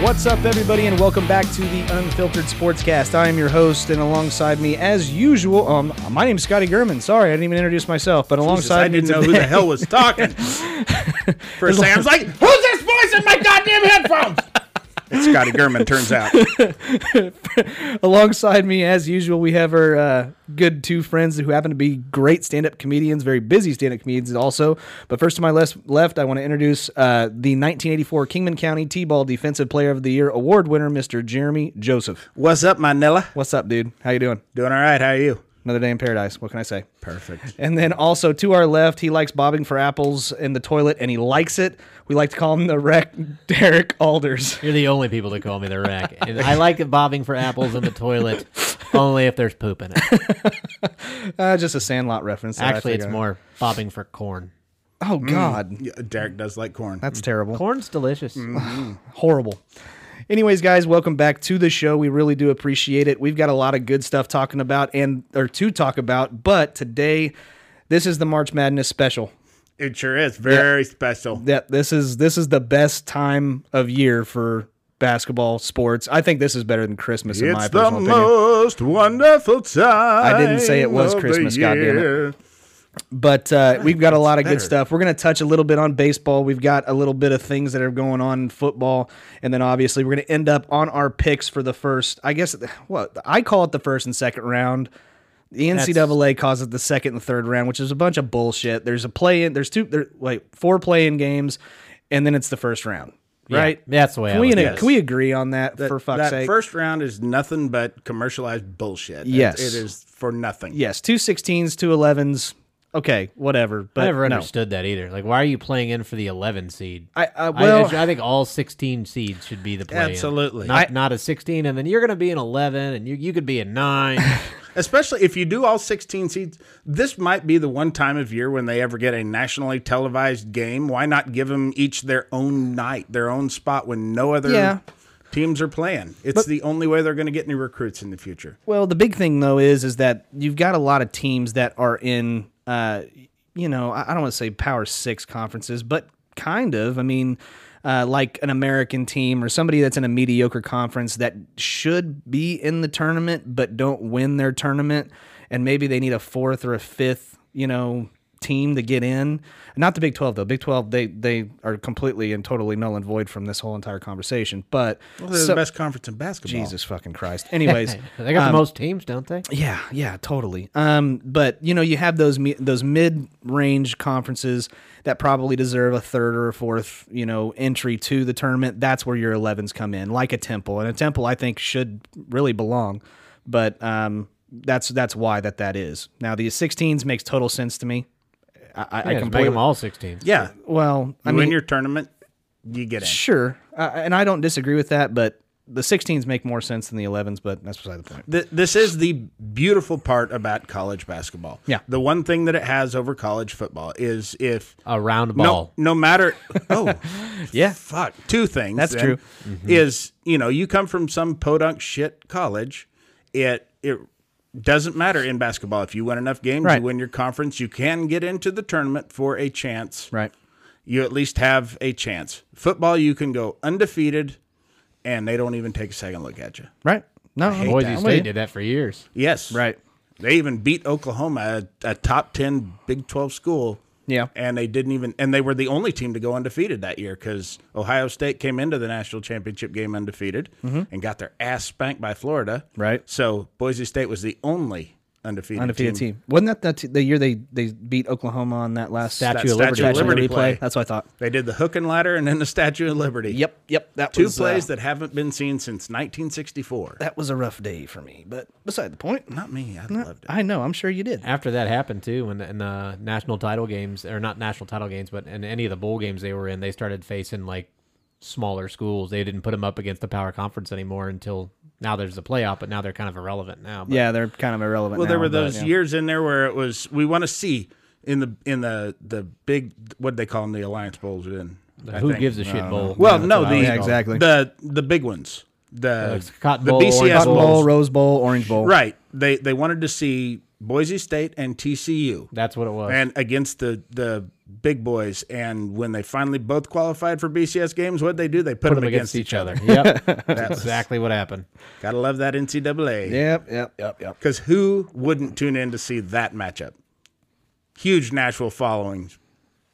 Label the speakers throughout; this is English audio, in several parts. Speaker 1: What's up, everybody, and welcome back to the Unfiltered Sportscast. I am your host, and alongside me, as usual, um, my name's Scotty Gurman. Sorry, I didn't even introduce myself, but
Speaker 2: Jesus, I
Speaker 1: alongside me
Speaker 2: didn't know who
Speaker 1: today-
Speaker 2: the hell was talking. For a second, I was like, "Who's this voice in my goddamn headphones?" It's Scotty Gurman. Turns out,
Speaker 1: alongside me, as usual, we have our uh, good two friends who happen to be great stand-up comedians, very busy stand-up comedians also. But first to my les- left, I want to introduce uh, the 1984 Kingman County T-Ball Defensive Player of the Year award winner, Mr. Jeremy Joseph.
Speaker 2: what's up, my Nella?
Speaker 1: What's up, dude? How you doing?
Speaker 2: Doing all right. How are you?
Speaker 1: Another day in paradise. What can I say?
Speaker 2: Perfect.
Speaker 1: And then also to our left, he likes bobbing for apples in the toilet, and he likes it. We like to call him the wreck Derek Alders.
Speaker 3: You're the only people that call me the rack. And I like it bobbing for apples in the toilet, only if there's poop in it.
Speaker 1: Uh, just a Sandlot reference. that I
Speaker 3: Actually, it's
Speaker 1: figured.
Speaker 3: more bobbing for corn.
Speaker 1: Oh God,
Speaker 2: Yeah, Derek does like corn.
Speaker 1: that's terrible.
Speaker 3: Mm. Corn's delicious.
Speaker 1: horrible. Anyways, guys, welcome back to the show. We really do appreciate it. We've got a lot of good stuff talking about and or to talk about, but today this is the March Madness special.
Speaker 2: It sure is very special.
Speaker 1: That this is this is the best time of year for basketball sports. I think this is better than Christmas in my
Speaker 2: It's the
Speaker 1: personal opinion.
Speaker 2: most wonderful time.
Speaker 1: I didn't say it was
Speaker 2: of the
Speaker 1: Christmas, goddamn it.
Speaker 2: year.
Speaker 1: But uh, we've got a lot of good
Speaker 2: better.
Speaker 1: stuff. We're going to touch a little bit on baseball. We've got a little bit of things that are going on in football, and then obviously we're going to end up on our picks for the first. I guess what I call it the first and second round. The NCAA calls it the second and third round, which is a bunch of bullshit. There's a play in. There's two. There, wait, four play in games, and then it's the first round,
Speaker 3: Yeah,
Speaker 1: right?
Speaker 3: that's the way
Speaker 1: Can
Speaker 3: I
Speaker 1: we
Speaker 3: look
Speaker 1: can
Speaker 2: at it.
Speaker 1: we agree on that, for fuck's
Speaker 2: that
Speaker 1: sake?
Speaker 2: first round is nothing but commercialized bullshit. It's-
Speaker 1: Yes.
Speaker 2: it is for nothing.
Speaker 1: yes, two 16s, two 11s. Okay, whatever. But
Speaker 3: I never
Speaker 1: no.
Speaker 3: understood that either. Like, why are you playing in for the 11 seed?
Speaker 1: I- I- well-
Speaker 3: I, think all 16 seeds should be the play.
Speaker 2: Absolutely.
Speaker 3: Not, not a 16, and then you're going to be an 11, and you, you could be a 9.
Speaker 2: Especially if you do all 16 seeds, this might be the one time of year when they ever get a nationally televised game. Why not give them each their own night, their own spot when no other
Speaker 1: Yeah.
Speaker 2: teams are playing? It's the only way they're going to get any recruits in the future.
Speaker 1: Well, the big thing though is is that you've got a lot of teams that are in, uh, you know, I I don't want to say Power Six conferences, but kind of. I mean, uh, like an American team or somebody that's in a mediocre conference that should be in the tournament but don't win their tournament, and maybe they need a fourth or a fifth, you know, team to get in. Not the Big Twelve though. Big Twelve they they are completely and totally null and void from this whole entire conversation. But
Speaker 2: Well, they're
Speaker 1: so-
Speaker 2: the best conference in basketball.
Speaker 1: Jesus fucking Christ. Anyways.
Speaker 3: They got the most teams, don't they?
Speaker 1: Um, Yeah, yeah, totally. Um, but you know, you have those me- those mid range conferences that probably deserve a third or a fourth, you know, entry to the tournament. That's where your 11s come in, like a Temple, and a Temple I think should really belong, but um, that's that's why that that is. Now the 16s makes total sense to me. I, I, I
Speaker 3: Yeah, just make them
Speaker 1: completely.
Speaker 3: all 16.
Speaker 2: Yeah.
Speaker 1: Well, I
Speaker 2: you
Speaker 1: mean,
Speaker 2: win your tournament, you get in.
Speaker 1: sure, uh, and I don't disagree with that, but the 16s make more sense than the 11s. But that's beside the point.
Speaker 2: Th- this is the beautiful part about college basketball.
Speaker 1: Yeah.
Speaker 2: The one thing that it has over college football is if
Speaker 3: A round
Speaker 2: no,
Speaker 3: ball.
Speaker 2: no matter oh
Speaker 1: Yeah.
Speaker 2: fuck two things
Speaker 1: That's true. Mm-hmm.
Speaker 2: is you know you come from some podunk shit college it it doesn't matter in basketball if you win enough games
Speaker 1: Right.
Speaker 2: you win your conference you can get into the tournament for a chance
Speaker 1: Right.
Speaker 2: you at least have a chance football you can go undefeated and they don't even take a second look at you
Speaker 1: Right. No,
Speaker 3: Boise
Speaker 1: I'm with
Speaker 3: State
Speaker 1: you.
Speaker 3: did that for years.
Speaker 2: yes
Speaker 1: Right.
Speaker 2: they even beat oklahoma a, a top 10 big 12 school
Speaker 1: Yeah.
Speaker 2: and they didn't even and they were the only team to go undefeated that year because ohio state came into the national championship game undefeated and got their ass spanked by florida
Speaker 1: Mm-hmm. Right.
Speaker 2: so boise state was the only undefeated,
Speaker 1: Undefeated
Speaker 2: team.
Speaker 1: team. Wasn't that the, t- the year they, they beat Oklahoma on that last
Speaker 3: Statue
Speaker 2: That
Speaker 3: of Liberty.
Speaker 2: Statue of
Speaker 1: Statue of
Speaker 2: Liberty play.
Speaker 1: That's what I thought.
Speaker 2: they did the hook and ladder and then the statue of liberty
Speaker 1: Yep. Yep. That
Speaker 2: two
Speaker 1: was, uh,
Speaker 2: plays that haven't been seen since 1964
Speaker 1: that was a rough day for me, but beside the point.
Speaker 2: not me i loved it
Speaker 1: I know. I'm sure you did.
Speaker 3: After that happened too, when in the national title games or not national title games, but in any of the bowl games they were in, they started facing like smaller schools. They didn't put them up against the power conference anymore until now. There's the playoff, but now they're kind of irrelevant now. But
Speaker 1: Yeah, they're kind of irrelevant.
Speaker 2: well there
Speaker 1: now,
Speaker 2: were
Speaker 1: but-
Speaker 2: those
Speaker 1: yeah.
Speaker 2: years in there where it was we want to see in the in the the big what they call them the alliance bowls in I
Speaker 3: Who
Speaker 2: think.
Speaker 3: gives a shit bowl?
Speaker 2: Well,
Speaker 3: That's
Speaker 2: no,
Speaker 3: what I
Speaker 2: the
Speaker 3: always
Speaker 1: Yeah,
Speaker 3: call it.
Speaker 1: exactly.
Speaker 2: the the big ones, the
Speaker 3: it's Cotton
Speaker 2: the
Speaker 3: Bowl,
Speaker 2: BCS
Speaker 3: Orange
Speaker 1: Cotton Bowl,
Speaker 2: bowls.
Speaker 1: Rose Bowl, Orange Bowl.
Speaker 2: right? They they wanted to see Boise State and TCU,
Speaker 3: That's what it was.
Speaker 2: and against the the big boys. And when they finally both qualified for BCS games, what would they do? They put,
Speaker 3: put
Speaker 2: them,
Speaker 3: them
Speaker 2: against, each other.
Speaker 3: yep, that's exactly what happened.
Speaker 2: Gotta love that NCAA.
Speaker 1: Yep. Yep. Yep. Yep.
Speaker 2: Because who wouldn't tune in to see that matchup? Huge Nashville followings,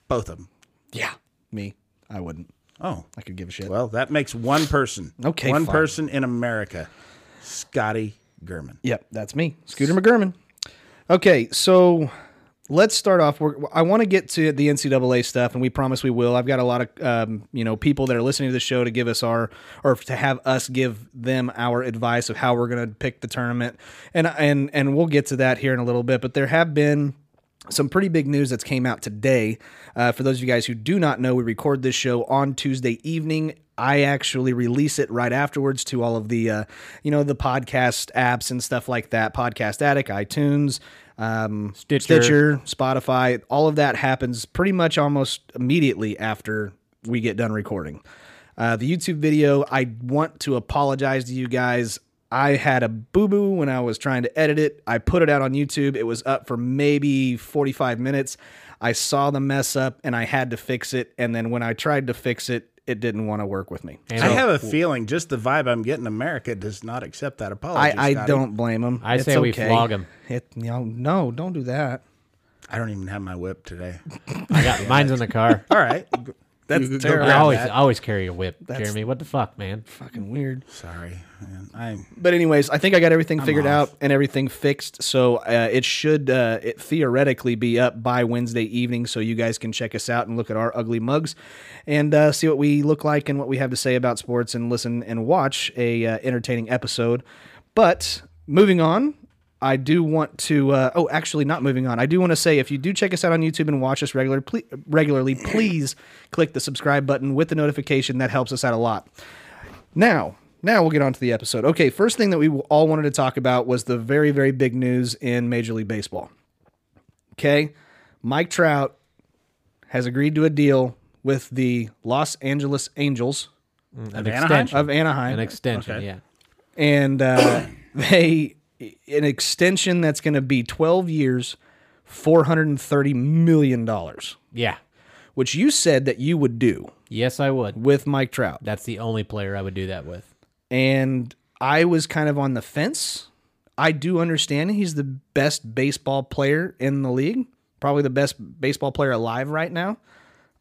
Speaker 2: both of them.
Speaker 1: Yeah. Me. I wouldn't.
Speaker 2: Oh,
Speaker 1: I could give a shit.
Speaker 2: well, that makes one person.
Speaker 1: Okay,
Speaker 2: one
Speaker 1: fine.
Speaker 2: person in America, Scotty Gurman.
Speaker 1: Yep, that's me, Scooter McGurman. Okay, so let's start off. We're, I want to get to the NCAA stuff, and we promise we will. I've got a lot of um, you know people that are listening to the show to give us our or to have us give them our advice of how we're going to pick the tournament, and and and we'll get to that here in a little bit. But there have been some pretty big news that's came out today. Uh, for those of you guys who do not know, we record this show on Tuesday evening. I actually release it right afterwards to all of the, uh, you know, the podcast apps and stuff like that. Podcast Addict, iTunes, um,
Speaker 3: Stitcher.
Speaker 1: Spotify. All of that happens pretty much almost immediately after we get done recording. Uh, the YouTube video, I want to apologize to you guys. I had a boo boo when I was trying to edit it. I put it out on YouTube. It was up for maybe 45 minutes. I saw the mess up and I had to fix it. And then when I tried to fix it, it didn't want to work with me.
Speaker 3: And
Speaker 2: I have a feeling just the vibe I'm getting, America does not accept that apology.
Speaker 1: I, I
Speaker 2: Scotty.
Speaker 1: don't blame them.
Speaker 3: I say we flog 'em.
Speaker 1: It, you know, no, don't do that.
Speaker 2: I don't even have my whip today.
Speaker 3: I got mine's in the car.
Speaker 2: All right. That's
Speaker 1: terrible.
Speaker 3: I always I always carry a whip, Jeremy. What the fuck, man?
Speaker 1: Fucking weird.
Speaker 2: Sorry. Man. I
Speaker 1: but anyways, I think I got everything figured out and everything fixed. So uh, it should uh, it theoretically be up by Wednesday evening, so you guys can check us out and look at our ugly mugs and uh, see what we look like and what we have to say about sports and listen and watch a uh, entertaining episode. But moving on, I do want to. Uh, oh, actually, not moving on. I do want to say if you do check us out on YouTube and watch us regular, ple- regularly, please click the subscribe button with the notification. That helps us out a lot. Now, now we'll get on to the episode. Okay, first thing that we all wanted to talk about was the very, very big news in Major League Baseball. Okay, Mike Trout has agreed to a deal with the Los Angeles Angels
Speaker 3: An
Speaker 2: Anaheim?
Speaker 3: extension.
Speaker 1: of Anaheim
Speaker 3: An extension. Yeah.
Speaker 1: and uh, they an extension that's going to be 12 years, 430 million dollars,
Speaker 3: Yeah.
Speaker 1: which you said that you would do
Speaker 3: Yes, I would.
Speaker 1: with Mike Trout.
Speaker 3: That's the only player I would do that with.
Speaker 1: And I was kind of on the fence. I do understand he's the best baseball player in the league, probably the best baseball player alive right now.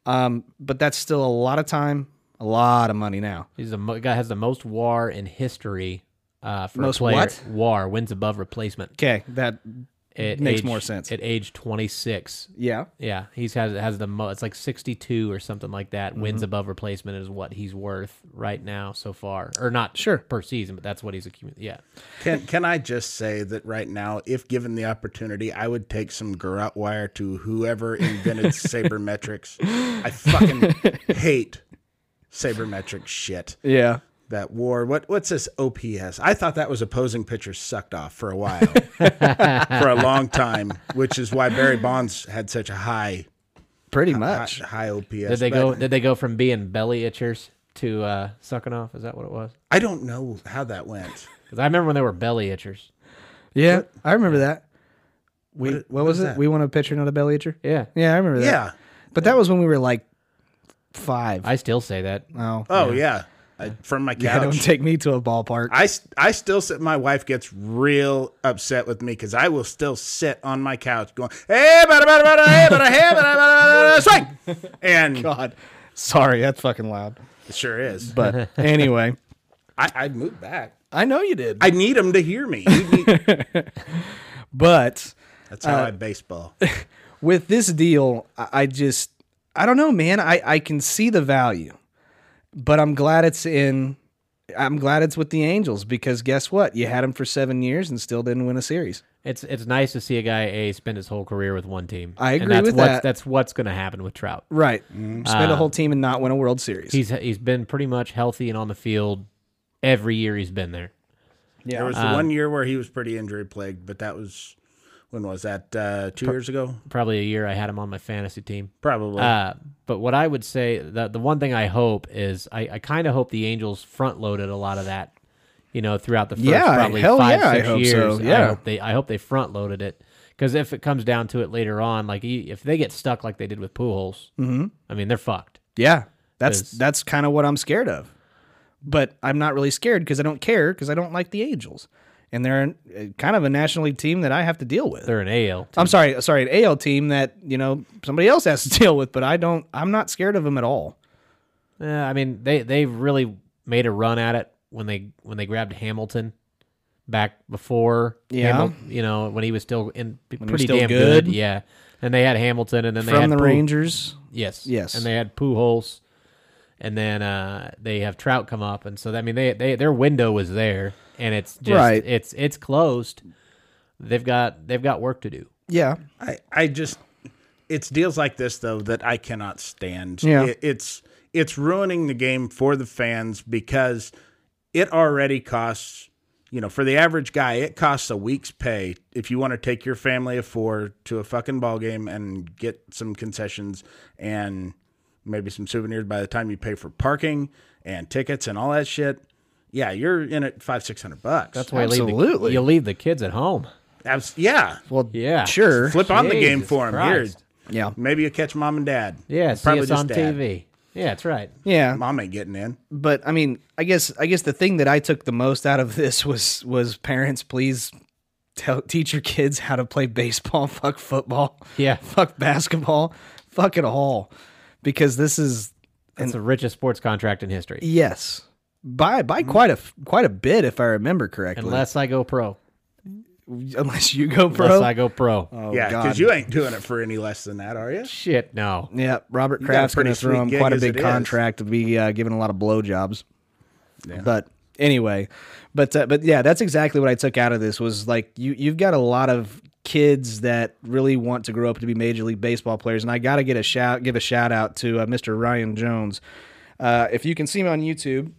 Speaker 1: Um, but that's still a lot of time, a lot of money now.
Speaker 3: He's the mo- guy has the most WAR in history. Uh, for a
Speaker 1: Most
Speaker 3: player.
Speaker 1: what?
Speaker 3: WAR wins above replacement.
Speaker 1: Okay, that
Speaker 3: It
Speaker 1: Makes more sense.
Speaker 3: At age 26.
Speaker 1: yeah.
Speaker 3: Yeah, he's has has the mo- it's like 62 or something like that.
Speaker 1: Mm-hmm.
Speaker 3: Wins above replacement is what he's worth right now so far, or not
Speaker 1: Sure.
Speaker 3: per season, but that's what he's accumulated. Yeah,
Speaker 2: can can I just say that right now, if given the opportunity, I would take some garrote wire to whoever invented sabermetrics. I fucking hate sabermetric shit.
Speaker 1: Yeah.
Speaker 2: That war. What what's this OPS? I thought that was opposing pitchers sucked off for a while, for a long time, which is why Barry Bonds had such a high
Speaker 1: Pretty
Speaker 2: high,
Speaker 1: much.
Speaker 2: high OPS.
Speaker 3: did they
Speaker 2: But
Speaker 3: go? Did they go from being belly itchers to uh, sucking off? Is that what it was?
Speaker 2: I don't know how that went.
Speaker 3: Because I remember when they were belly itchers.
Speaker 1: Yeah, I remember that. We what,
Speaker 2: What- what
Speaker 1: was
Speaker 2: is
Speaker 1: it?
Speaker 2: that?
Speaker 1: We want a pitcher, not a belly itcher.
Speaker 3: Yeah,
Speaker 1: Yeah, I remember that.
Speaker 2: Yeah.
Speaker 1: but that was when we were like five.
Speaker 3: I still say that.
Speaker 1: oh,
Speaker 2: Oh yeah. I, from my
Speaker 1: Yeah, don't
Speaker 2: couch.
Speaker 1: take me to a ballpark.
Speaker 2: I, s- I still sit. My wife gets real upset with me because I will still sit on my couch going, hey, bada, bada, bada, hey, bada, hey, bada, bada, bada, bada, swing. And
Speaker 1: God, sorry, that's fucking loud.
Speaker 2: it sure is. But
Speaker 1: But anyway,
Speaker 2: I, I moved back.
Speaker 1: I know you did,
Speaker 2: I need them to hear me. You need-
Speaker 1: but
Speaker 2: that's how I baseball.
Speaker 1: with this deal, I I just I don't know, man. I I can see the value, but I'm glad it's in. I'm glad it's with the Angels because guess what? You had him for seven years and still didn't win a series.
Speaker 3: It's it's nice to see a guy a spend his whole career with one team.
Speaker 1: I agree
Speaker 3: and that's
Speaker 1: with
Speaker 3: what's,
Speaker 1: that.
Speaker 3: That's what's going to happen with Trout.
Speaker 1: Right. Mm-hmm. Spend a whole team and not win a World Series.
Speaker 3: He's he's been pretty much healthy and on the field every year he's been there.
Speaker 2: There was the one year where he was pretty injury plagued, but that was, when was that? Uh, two years ago?
Speaker 3: Probably a year I had him on my fantasy team.
Speaker 2: Probably.
Speaker 3: Uh, but what I would say, the the one thing I hope is I, I kind of hope the Angels front loaded a lot of that, you know, throughout the first
Speaker 1: Yeah,
Speaker 3: probably
Speaker 1: hell
Speaker 3: five
Speaker 1: yeah, I
Speaker 3: six
Speaker 1: hope so,
Speaker 3: years. I
Speaker 1: yeah.
Speaker 3: hope they I hope they front loaded it because if it comes down to it later on, like you- if they get stuck like they did with Pujols, mm-hmm. I mean they're fucked.
Speaker 1: Yeah, that's
Speaker 3: 'Cause-
Speaker 1: that's kind of what I'm scared of. But I'm not really scared because I don't care because I don't like the Angels, and they're an- uh, kind of a National League team that I have to deal with.
Speaker 3: They're an AL. team.
Speaker 1: I'm sorry, sorry, an AL team that you know somebody else has to deal with, but I don't. I'm not scared of them at all.
Speaker 3: Yeah, I mean they they really made a run at it when they when they grabbed Hamilton back before.
Speaker 1: Yeah.
Speaker 3: Hamil- you know when he was still in p-
Speaker 1: he was
Speaker 3: pretty
Speaker 1: still
Speaker 3: damn
Speaker 1: good.
Speaker 3: good. Yeah, and they had Hamilton, and then they
Speaker 1: From
Speaker 3: had
Speaker 1: the
Speaker 3: Pu-
Speaker 1: Rangers,
Speaker 3: Yes,
Speaker 1: Yes.
Speaker 3: and they had Pujols, and then uh, they have Trout come up, and so I mean they they their window was there, and it's just
Speaker 1: Right.
Speaker 3: it's it's closed. They've got they've got work to do.
Speaker 1: yeah,
Speaker 2: I, I just it's deals like this though that I cannot stand.
Speaker 1: Yeah.
Speaker 2: It- it's it's ruining the game for the fans because it already costs you know, for the average guy, it costs a week's pay if you want to take your family of four to a fucking ball game and get some concessions and maybe some souvenirs by the time you pay for parking and tickets and all that shit. Yeah, you're in at five, six hundred bucks.
Speaker 3: That's why you leave the-
Speaker 1: Absolutely.
Speaker 3: you leave the kids at home.
Speaker 2: Abs- yeah.
Speaker 1: well,
Speaker 3: Yeah,
Speaker 1: sure,
Speaker 2: Flip on the game
Speaker 3: Jesus
Speaker 2: for him.
Speaker 3: Christ.
Speaker 2: Here,
Speaker 1: yeah,
Speaker 2: Maybe you'll catch mom and dad.
Speaker 3: Yeah, see
Speaker 2: probably
Speaker 3: us
Speaker 2: just
Speaker 3: on
Speaker 2: dad.
Speaker 3: TV. Yeah, that's right.
Speaker 1: yeah.
Speaker 2: Mom ain't getting in.
Speaker 1: but I mean, I guess I guess the thing that I took the most out of this was was parents, please tell teach your kids how to play baseball, fuck football,
Speaker 3: Yeah.
Speaker 1: fuck basketball, fuck it all, because this is
Speaker 3: It's the richest sports contract in history,
Speaker 1: yes by by quite a f- quite a bit if I remember correctly.
Speaker 3: Mm-hmm. unless I go pro.
Speaker 1: unless you go
Speaker 3: Unless
Speaker 1: pro,
Speaker 3: I go pro.
Speaker 1: oh,
Speaker 2: yeah,
Speaker 1: God.
Speaker 2: because you ain't doing it for any less than that, are you?
Speaker 3: Shit, no.
Speaker 1: yeah, Robert
Speaker 2: got a
Speaker 1: Kraft's
Speaker 2: pretty
Speaker 1: gonna throw
Speaker 2: sweet
Speaker 1: him
Speaker 2: gig
Speaker 1: quite a
Speaker 2: as
Speaker 1: big
Speaker 2: it is.
Speaker 1: contract to be uh, giving a lot of blowjobs. But anyway, but uh, but yeah, that's exactly what I took out of this was like you you've got a lot of kids that really want to grow up to be major league baseball players, and I got to get a shout give a shout out to uh, Mr. Ryan Jones. Uh, if you can see me on YouTube,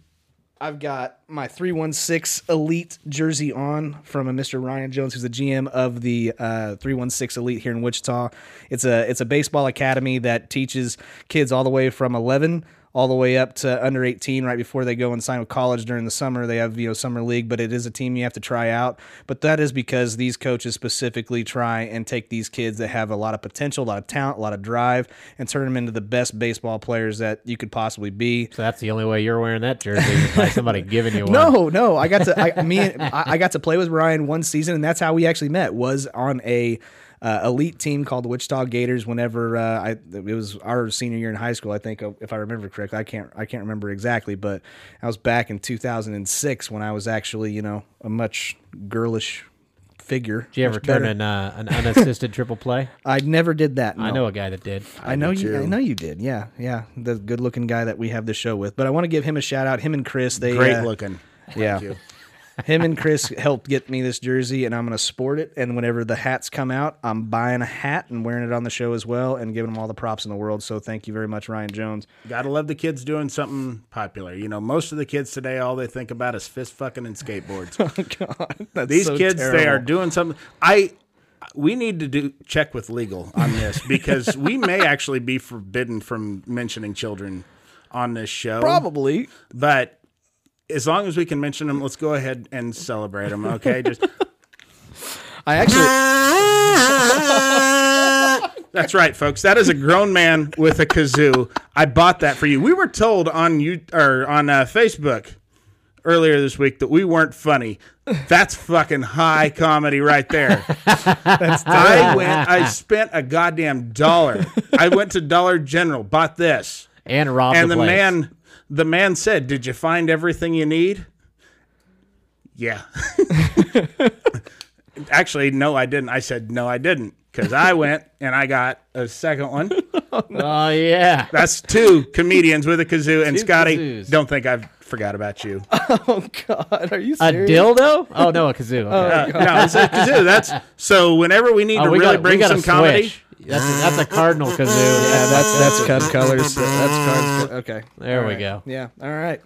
Speaker 1: I've got my 316 Elite jersey on from a Mr. Ryan Jones, who's the GM of the uh, 316 Elite here in Wichita. It's a it's a baseball academy that teaches kids all the way from 11 all the way up to under 18 right before they go and sign with college during the summer they have you know summer league but it is a team you have to try out but that is because these coaches specifically try and take these kids that have a lot of potential a lot of talent a lot of drive and turn them into the best baseball players that you could possibly be
Speaker 3: So that's the only way you're wearing that jersey is by somebody giving you one.
Speaker 1: no, no. I got to I, me and, I, I got to play with Ryan one season, and that's how we actually met. Was on a uh, elite team called the Wichita Gators. Whenever uh, I it was our senior year in high school, I think uh, if I remember correctly, I can't I can't remember exactly, but I was back in 2006 when I was actually you know a much girlish figure.
Speaker 3: Did you ever
Speaker 1: Much
Speaker 3: turn
Speaker 1: better.
Speaker 3: an uh, an unassisted triple play?
Speaker 1: I never did that.
Speaker 3: I
Speaker 1: no.
Speaker 3: know a guy that did.
Speaker 1: I know you. I know you did. Yeah, yeah. The good-looking guy that we have the show with. But I want to give him a shout out. Him and Chris. They
Speaker 2: Great
Speaker 1: uh,
Speaker 2: looking.
Speaker 1: Yeah.
Speaker 2: you.
Speaker 1: Him and Chris helped get me this jersey, and I'm going to sport it. And whenever the hats come out, I'm buying a hat and wearing it on the show as well and giving them all the props in the world. So thank you very much, Ryan Jones.
Speaker 2: Gotta love the kids doing something popular. You know, most of the kids today, all they think about is fist fucking and skateboards.
Speaker 1: Oh, God, that's
Speaker 2: These
Speaker 1: so
Speaker 2: kids, they are
Speaker 1: terrible.
Speaker 2: doing something. I, we need to do check with legal on this because we may actually be forbidden from mentioning children on this show.
Speaker 1: Probably.
Speaker 2: But as long as we can mention them, let's go ahead and celebrate them. Okay, just
Speaker 1: Ah, I actually.
Speaker 2: That's right, folks. That is a grown man with a kazoo. I bought that for you. We were told on you or on uh, Facebook earlier this week that we weren't funny. That's fucking high comedy right there. I went. I spent a goddamn dollar. I went to Dollar General, bought this,
Speaker 3: and robbed
Speaker 2: and
Speaker 3: the
Speaker 2: the
Speaker 3: place.
Speaker 2: man, the man said, "Did you find everything you need?" Yeah. Actually, no, I didn't. I said no, I didn't because I went and I got a second one.
Speaker 3: Oh yeah.
Speaker 2: That's two comedians with a kazoo. And Scotty,
Speaker 3: kazoos.
Speaker 2: don't think I forgot about you.
Speaker 1: Oh God, are you
Speaker 3: A
Speaker 1: serious?
Speaker 3: dildo? Oh no, a kazoo. Okay.
Speaker 2: Uh, no, it's a kazoo. That's so. Whenever we need
Speaker 3: Oh,
Speaker 2: to
Speaker 3: we
Speaker 2: really
Speaker 3: got,
Speaker 2: bring
Speaker 3: we got
Speaker 2: some
Speaker 3: a
Speaker 2: comedy,
Speaker 3: switch. That's a, that's a cardinal kazoo. Yeah, that-
Speaker 1: That's that's cub colors. That's cards. Okay,
Speaker 3: There
Speaker 1: All
Speaker 3: we
Speaker 1: right.
Speaker 3: go.
Speaker 1: Yeah. All right.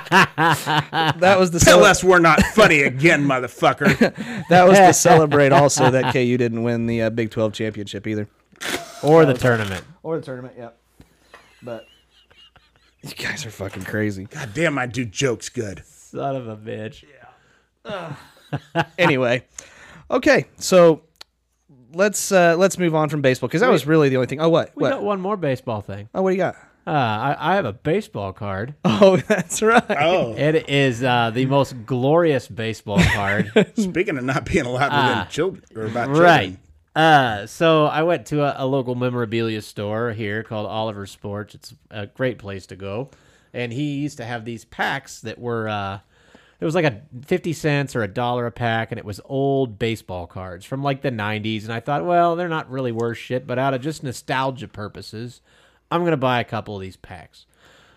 Speaker 1: that was the
Speaker 2: tell
Speaker 1: cele-
Speaker 2: us we're not funny again, motherfucker.
Speaker 1: that was to celebrate also that KU didn't win the uh, Big Twelve championship either,
Speaker 3: or the tournament.
Speaker 1: or the tournament. Yep. But you guys are fucking crazy.
Speaker 2: God damn, I do jokes good.
Speaker 3: Son of a bitch.
Speaker 1: anyway, okay, so let's uh let's move on from baseball because that was really the only thing. Oh, what?
Speaker 3: We
Speaker 1: what?
Speaker 3: got one more baseball thing.
Speaker 1: Oh, what do you got?
Speaker 3: Uh, I, I have a baseball card.
Speaker 1: Oh, that's right.
Speaker 2: Oh,
Speaker 3: It is uh, the most glorious baseball card.
Speaker 2: speaking of not being allowed within children or about
Speaker 3: Ah. right.
Speaker 2: children,
Speaker 3: Uh, so I went to a, a local memorabilia store here called Oliver Sports. It's a great place to go, and he used to have these packs that were. Uh, it was like a fifty cents or a dollar a pack, and it was old baseball cards from like the '90s. And I thought, well, they're not really worth shit, but out of just nostalgia purposes, I'm gonna buy a couple of these packs.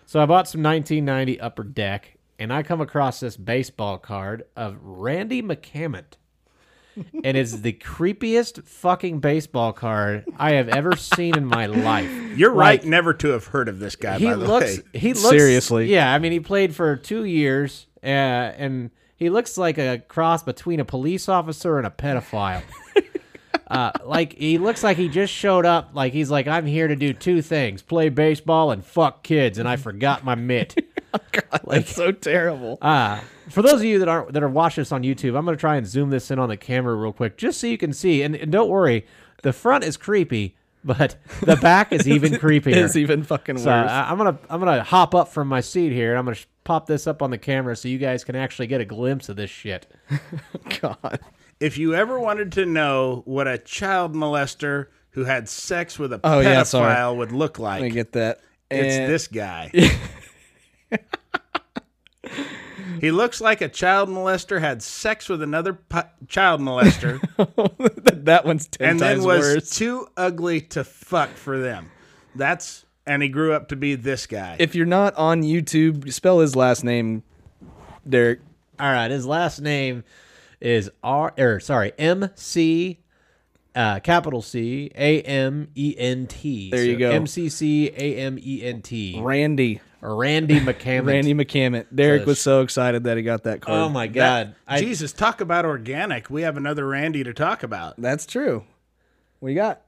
Speaker 3: So I bought some 1990 Upper Deck, and I come across this baseball card of Randy McCammett and it's the creepiest fucking baseball card I have ever seen in my life.
Speaker 2: You're
Speaker 3: Like,
Speaker 2: right, never to have heard of this guy.
Speaker 3: He
Speaker 2: by the
Speaker 3: looks.
Speaker 2: way,
Speaker 3: He looks
Speaker 1: Seriously.
Speaker 3: Yeah, I mean, he played for two years, uh, and he looks like a cross between a police officer and a pedophile. uh, like he looks like he just showed up. Like he's like, I'm here to do two things: play baseball and fuck kids, and I forgot my mitt.
Speaker 1: Like so terrible.
Speaker 3: Uh, for those of you that aren't that are watching this on YouTube, I'm going to try and zoom this in on the camera real quick, just so you can see. And, and don't worry, the front is creepy, but the back is even creepier.
Speaker 1: It's even fucking
Speaker 3: so
Speaker 1: worse.
Speaker 3: I, I'm gonna I'm gonna hop up from my seat here, and I'm gonna sh- pop this up on the camera so you guys can actually get a glimpse of this shit.
Speaker 1: God.
Speaker 2: if you ever wanted to know what a child molester who had sex with a
Speaker 1: Oh,
Speaker 2: pedophile
Speaker 1: yeah, sorry.
Speaker 2: would look like,
Speaker 1: Let me get that.
Speaker 2: it's
Speaker 1: And-
Speaker 2: this guy. he looks like a child molester had sex with another pi- child molester,
Speaker 1: that one's ten
Speaker 2: and then
Speaker 1: times
Speaker 2: was
Speaker 1: worse.
Speaker 2: too ugly to fuck for them. That's and he grew up to be this guy.
Speaker 1: If you're not on YouTube, spell his last name, Derek.
Speaker 3: All right, his last name is R or sorry M C. Uh, capital C A M E N T.
Speaker 1: There you go.
Speaker 3: M C C A M E N T.
Speaker 1: Randy.
Speaker 3: Randy McCammon.
Speaker 1: Randy McCammett. Derek was so excited that he got that card.
Speaker 3: Oh my god! I,
Speaker 2: Jesus, talk about organic. We have another Randy to talk about.
Speaker 1: That's true. What you got?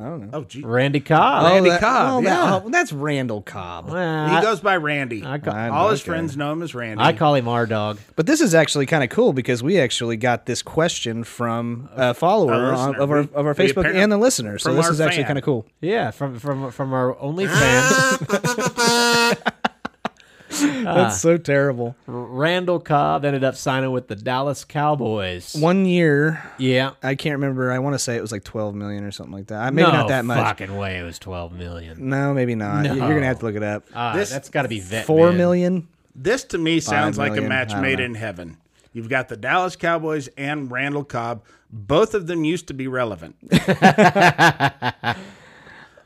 Speaker 2: Oh, gee.
Speaker 3: Randy Cobb.
Speaker 2: Randy
Speaker 1: Oh, that-
Speaker 2: Cobb,
Speaker 1: well, that-
Speaker 2: yeah.
Speaker 1: oh, that's Randall Cobb.
Speaker 3: Well,
Speaker 2: he
Speaker 3: I,
Speaker 2: goes by Randy.
Speaker 3: I ca-
Speaker 1: I-
Speaker 2: All his
Speaker 1: okay.
Speaker 2: friends know him as Randy.
Speaker 3: I call him our dog.
Speaker 1: But this is actually kind of cool because we actually got this question from a follower
Speaker 2: A
Speaker 1: on,
Speaker 2: listener.
Speaker 1: of our
Speaker 2: We-
Speaker 1: of our
Speaker 2: we
Speaker 1: Facebook
Speaker 2: apparently-
Speaker 1: and the listener. So
Speaker 2: from
Speaker 1: this
Speaker 2: our
Speaker 1: is actually
Speaker 2: fan.
Speaker 1: kind of cool.
Speaker 3: Yeah, from from from our OnlyFans,
Speaker 2: Ah.
Speaker 1: That's so terrible.
Speaker 3: Randall Cobb ended up signing with the Dallas Cowboys.
Speaker 1: One year,
Speaker 3: yeah,
Speaker 1: I can't remember. I want to say it was like twelve million or something like that. I- Maybe
Speaker 3: no
Speaker 1: not that much.
Speaker 3: Fucking way, it was twelve million.
Speaker 1: No, maybe not. You- You're gonna have to look it up.
Speaker 3: Ah,
Speaker 2: This-
Speaker 3: that's got to be vet
Speaker 1: Four
Speaker 3: bid.
Speaker 1: million.
Speaker 2: This to me sounds like a
Speaker 1: million. I
Speaker 2: match
Speaker 1: don't
Speaker 2: made
Speaker 1: know.
Speaker 2: in heaven. You've got the Dallas Cowboys and Randall Cobb. Both of them used to be relevant. uh,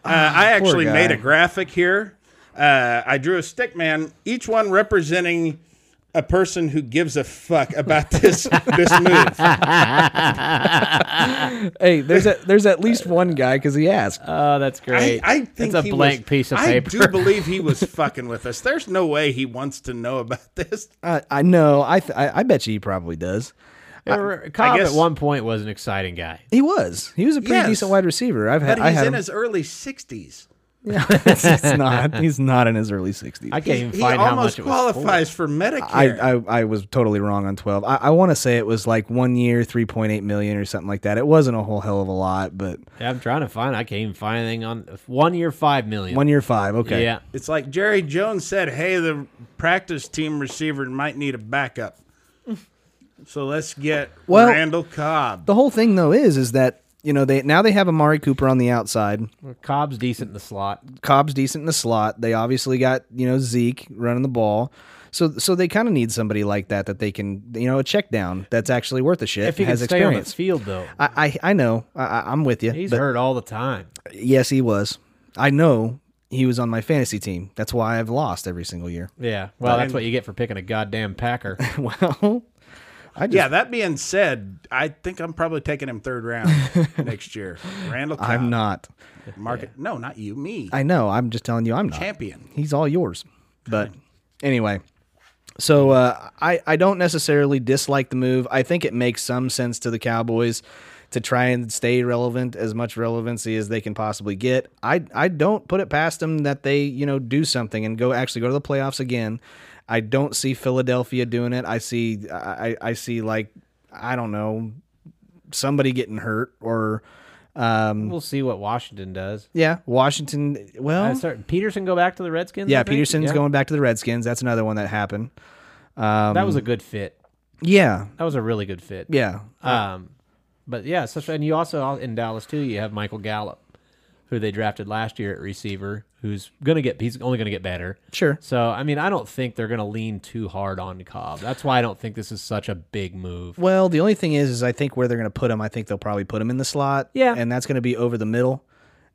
Speaker 2: I actually
Speaker 1: guy.
Speaker 2: made a graphic here. Uh, I drew a stick man, each one representing a person who gives a fuck about this this move.
Speaker 1: Hey, there's a, there's at least one guy because he asked.
Speaker 2: Uh,
Speaker 3: Oh, that's
Speaker 2: I,
Speaker 3: great.
Speaker 2: I think
Speaker 3: it's a
Speaker 2: he
Speaker 3: blank
Speaker 2: was-
Speaker 3: piece of
Speaker 2: I
Speaker 3: paper.
Speaker 2: do believe he was fucking with us. There's no way he wants to know about this.
Speaker 1: I, I know. I, th- I I bet you he probably does.
Speaker 3: Er, Cobb
Speaker 2: guess-
Speaker 3: at one point was an exciting guy.
Speaker 1: He was. He was a pretty
Speaker 2: Yes.
Speaker 1: decent wide receiver. I've had.
Speaker 2: But
Speaker 1: I
Speaker 2: he's
Speaker 1: had
Speaker 2: in
Speaker 1: him.
Speaker 2: his early 60s.
Speaker 1: he's not. He's not in his early sixties.
Speaker 3: I can't even
Speaker 2: He
Speaker 3: find how
Speaker 2: almost
Speaker 3: much it was.
Speaker 2: qualifies for Medicare.
Speaker 1: I, I, I was totally wrong on 12. I, I want to say it was like one year, 3.8 million or something like that. It wasn't a whole hell of a lot, but
Speaker 3: Yeah, I'm trying to find. I can't even find anything on one year, five million.
Speaker 1: one year five. Okay.
Speaker 3: Yeah,
Speaker 2: it's like Jerry Jones said, "Hey, the practice team receiver might need a backup." So let's get
Speaker 1: Well-
Speaker 2: Randall Cobb.
Speaker 1: The whole thing though is, is that, you know, they, now they have Amari Cooper on the outside.
Speaker 3: Cobb's decent in the slot.
Speaker 1: Cobb's decent in the slot. They obviously got you know Zeke running the ball, so so they kind of need somebody like that that they can you know a check down that's actually worth a shit.
Speaker 3: If he
Speaker 1: has
Speaker 3: can stay on the
Speaker 1: experience.
Speaker 3: field though,
Speaker 1: I, I I know I- I, I'm with you.
Speaker 3: he's
Speaker 1: but
Speaker 3: hurt all the time.
Speaker 1: Yes, he was. I know he was on my fantasy team. That's why I've lost every single year.
Speaker 3: Yeah, well, that's what you get for picking a goddamn Packer.
Speaker 1: well, I just
Speaker 2: yeah, that being said, I think I'm probably taking him third round next year. Randall Cobb.
Speaker 1: I'm not.
Speaker 2: Market. No, not you. Me.
Speaker 1: I know. I'm just telling you, I'm not.
Speaker 2: Champion.
Speaker 1: he's all yours. But anyway, so uh, I I don't necessarily dislike the move. I think it makes some sense to the Cowboys to try and stay relevant as much relevancy as they can possibly get. I I don't put it past them that they you know do something and go actually go to the playoffs again. I don't see Philadelphia doing it. I see I I- I see like I don't know somebody getting hurt or um
Speaker 3: we'll see what Washington does.
Speaker 1: yeah Washington well
Speaker 3: I start, Peterson go back to the Redskins. I
Speaker 1: yeah,
Speaker 3: think?
Speaker 1: Peterson's
Speaker 3: Yeah.
Speaker 1: going back to the Redskins. That's another one that happened.
Speaker 3: That was a good fit.
Speaker 1: Yeah,
Speaker 3: That was a really good fit.
Speaker 1: um, yeah.
Speaker 3: Um, but yeah, such and you also uh, in Dallas too. You have Michael Gallup, who they drafted last year at receiver, who's gonna get he's only gonna get better.
Speaker 1: Sure.
Speaker 3: So I mean, I don't think they're gonna lean too hard on Cobb. That's why I don't think this is such a big move.
Speaker 1: Well, the only thing is, is I think where they're going to put him, I think they'll probably put him in the slot.
Speaker 3: Yeah.
Speaker 1: and that's going to be over the middle,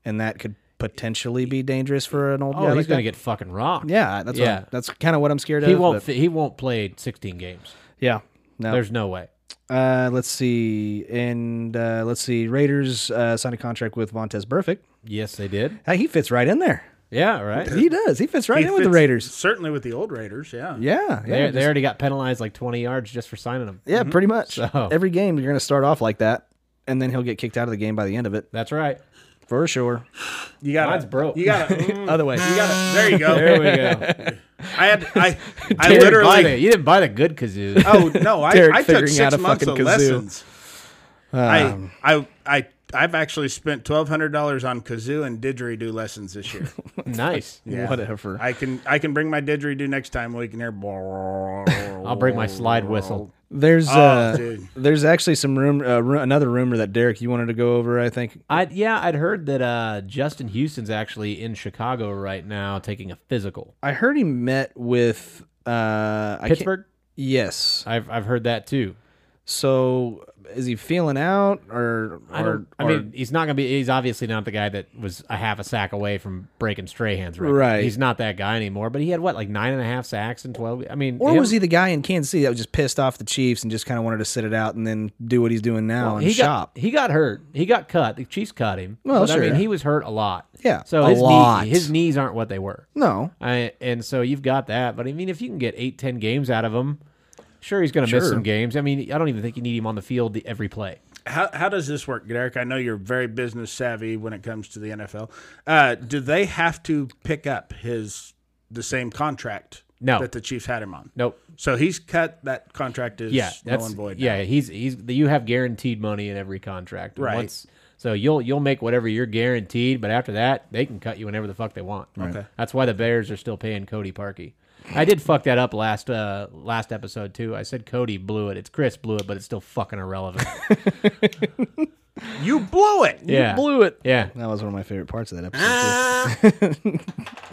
Speaker 1: and that could potentially be dangerous for an old
Speaker 3: Oh,
Speaker 1: guy.
Speaker 3: he's
Speaker 1: like
Speaker 3: gonna
Speaker 1: that.
Speaker 3: get fucking rocked.
Speaker 1: Yeah, that's what
Speaker 3: yeah.
Speaker 1: I'm- that's kind of what I'm scared
Speaker 3: he
Speaker 1: of.
Speaker 3: won't
Speaker 1: but-
Speaker 3: fi- he won't play 16 games.
Speaker 1: yeah. No.
Speaker 3: There's no way.
Speaker 1: uh, let's see, and uh, let's see. Raiders uh, signed a contract with Montez Burfict.
Speaker 3: Yes, they did.
Speaker 1: Hey, he fits right in there.
Speaker 3: Yeah, right.
Speaker 1: He does. He fits right
Speaker 2: He
Speaker 1: in with the
Speaker 2: fits-
Speaker 1: Raiders.
Speaker 2: Certainly with the old Raiders. Yeah.
Speaker 1: Yeah,
Speaker 3: They,
Speaker 1: yeah,
Speaker 3: they already got penalized like 20 yards just for signing him.
Speaker 1: yeah. Pretty much
Speaker 3: So-
Speaker 1: every game you're going to start off like that, and then he'll get kicked out of the game by the end of it.
Speaker 3: That's right.
Speaker 1: For sure.
Speaker 2: You got
Speaker 3: Mine's broke.
Speaker 2: You got to
Speaker 1: Other way.
Speaker 2: You got to There you go.
Speaker 3: There we go.
Speaker 2: I had. I. I
Speaker 3: You didn't buy the-
Speaker 2: literally.
Speaker 3: you didn't buy the good kazoo.
Speaker 2: Oh no! I,
Speaker 1: Derek
Speaker 2: I took
Speaker 1: figuring out
Speaker 2: six
Speaker 1: a
Speaker 2: months of
Speaker 1: fucking kazoo.
Speaker 2: lessons.
Speaker 3: Um,
Speaker 2: I. I. I. I've actually spent twelve hundred dollars on kazoo and didgeridoo lessons this year.
Speaker 3: nice.
Speaker 1: Whatever.
Speaker 2: I can I can bring my didgeridoo next time. We can hear.
Speaker 3: I'll bring my slide whistle.
Speaker 1: There's
Speaker 3: Oh,
Speaker 1: uh,
Speaker 2: Oh, dude.
Speaker 1: there's actually some room uh, ru- another rumor that Derek you wanted to go over. I think.
Speaker 3: I yeah, I'd heard that uh, Justin Houston's actually in Chicago right now taking a physical.
Speaker 1: I heard he met with uh, I can't-
Speaker 3: Pittsburgh.
Speaker 1: Yes.
Speaker 3: I've I've heard that too.
Speaker 1: So is he feeling out or
Speaker 3: I,
Speaker 1: or,
Speaker 3: don't, I
Speaker 1: or-
Speaker 3: mean, he's not gonna be. He's obviously not the guy that was a half a sack away from breaking Strahan's record.
Speaker 1: Right.
Speaker 3: He's not that guy anymore. But he had what like nine and a half sacks and twelve. I mean,
Speaker 1: or
Speaker 3: him-
Speaker 1: was he the guy in Kansas City that was just pissed off the Chiefs and just kind of wanted to sit it out and then do what he's doing now and
Speaker 3: he
Speaker 1: shop?
Speaker 3: Got, he got hurt. He got cut. The Chiefs cut him.
Speaker 1: Well,
Speaker 3: But, I
Speaker 1: sure.
Speaker 3: mean, he was hurt a lot.
Speaker 1: Yeah,
Speaker 3: So
Speaker 1: a
Speaker 3: his knee-
Speaker 1: lot.
Speaker 3: his knees aren't what they were.
Speaker 1: no.
Speaker 3: I, and so you've got that. But I mean, if you can get eight, ten games out of him, sure he's going to miss
Speaker 1: Sure.
Speaker 3: some games. I mean, I don't even think you need him on the field the- every play.
Speaker 2: How how does this work, Derek? I know you're very business savvy when it comes to the NFL. Uh, do they have to pick up his the same contract
Speaker 3: No.
Speaker 2: that the Chiefs had him on?
Speaker 3: Nope.
Speaker 2: So he's cut that contract is
Speaker 3: Yeah,
Speaker 2: null
Speaker 3: that's
Speaker 2: and void. now.
Speaker 3: yeah. He's he's you have guaranteed money in every contract. And
Speaker 2: Right.
Speaker 3: so you'll you'll make whatever you're guaranteed, but after that they can cut you whenever the fuck they want. Okay. That's why the Bears are still paying Cody Parkey. I did fuck that up last uh last episode too. I said Cody blew it. It's Chris blew it, but it's still fucking irrelevant.
Speaker 2: You blew it.
Speaker 3: yeah.
Speaker 1: blew it.
Speaker 3: Yeah.
Speaker 1: That was one of my favorite parts of that episode.
Speaker 3: Ah.
Speaker 1: Too.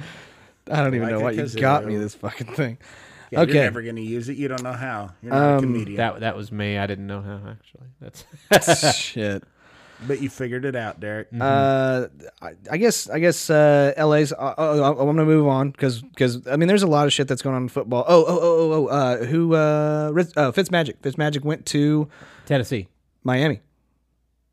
Speaker 1: I don't even know
Speaker 2: Like
Speaker 1: why
Speaker 2: a
Speaker 1: you
Speaker 2: kazoo.
Speaker 1: got me this fucking thing.
Speaker 2: Yeah,
Speaker 1: okay. Um,
Speaker 2: You're never going to use it. You don't know how. You're not a comedian,
Speaker 3: That that was me. I didn't know how actually. That's
Speaker 1: Shit.
Speaker 2: but you figured it out, Derek.
Speaker 1: Uh, I, I guess I guess uh, LA's. Uh, oh, oh, I'm gonna move on because I mean there's a lot of shit that's going on in football. Oh oh oh oh. oh uh, who? Uh, Riz, uh, Fitzmagic. Fitzmagic went to
Speaker 3: Tennessee.
Speaker 1: Miami.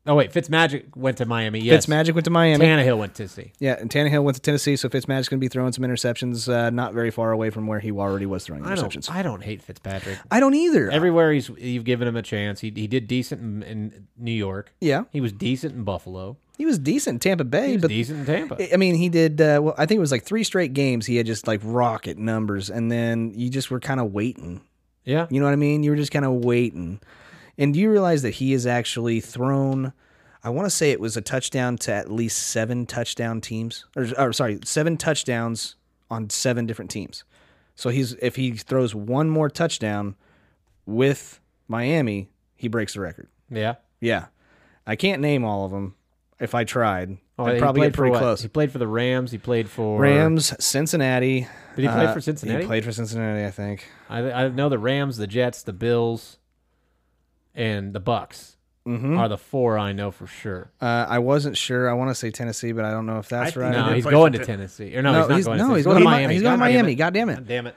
Speaker 3: Oh wait, Fitzmagic went to Miami. Yes,
Speaker 1: Fitzmagic went to Miami.
Speaker 3: Tannehill went to see.
Speaker 1: yeah, and Tannehill went to Tennessee, so Fitzmagic's going to be throwing some interceptions, uh, not very far away from where he already was throwing
Speaker 3: I
Speaker 1: interceptions.
Speaker 3: don't. I don't hate Fitzpatrick.
Speaker 1: I don't either.
Speaker 3: Everywhere he's you've given him a chance. He he did decent in, in New York.
Speaker 1: Yeah.
Speaker 3: he was decent in Buffalo.
Speaker 1: he was decent in Tampa Bay,
Speaker 3: He was
Speaker 1: but
Speaker 3: decent in Tampa.
Speaker 1: I- I mean, he did. Uh, well, I think it was like three straight games. He had just like rocket numbers, and then you just were kind of waiting.
Speaker 3: yeah,
Speaker 1: You know what I mean? You were just kind of waiting. And do you realize that he is actually thrown? I want to say it was a touchdown to at least seven touchdown teams, or, or sorry, seven touchdowns on seven different teams. So he's if he throws one more touchdown with Miami, he breaks the record.
Speaker 3: yeah.
Speaker 1: Yeah, I can't name all of them. If I tried,
Speaker 3: Oh,
Speaker 1: I'd
Speaker 3: he
Speaker 1: probably
Speaker 3: played
Speaker 1: get
Speaker 3: for
Speaker 1: pretty
Speaker 3: what?
Speaker 1: close.
Speaker 3: He played for the Rams. He played for
Speaker 1: Rams, Cincinnati.
Speaker 3: Did he play
Speaker 1: Uh,
Speaker 3: for Cincinnati?
Speaker 1: He played for Cincinnati, I think.
Speaker 3: I, I know the Rams, the Jets, the Bills, and the Bucks are the four I know for sure.
Speaker 1: Uh, Mm-hmm. I wasn't sure. I want to say Tennessee, but I don't know if that's
Speaker 2: I
Speaker 1: right.
Speaker 2: think-
Speaker 3: No,
Speaker 2: did
Speaker 3: he's
Speaker 2: play
Speaker 3: going
Speaker 2: for
Speaker 3: to
Speaker 2: Ten-
Speaker 3: Tennessee. Or no,
Speaker 1: No,
Speaker 3: he's not
Speaker 1: he's-
Speaker 3: going.
Speaker 1: no,
Speaker 3: to Tennessee.
Speaker 1: he's going to Mi-
Speaker 3: Miami.
Speaker 1: he's going to
Speaker 3: God damn
Speaker 1: Miami.
Speaker 3: it.
Speaker 1: God damn it.
Speaker 3: Damn it!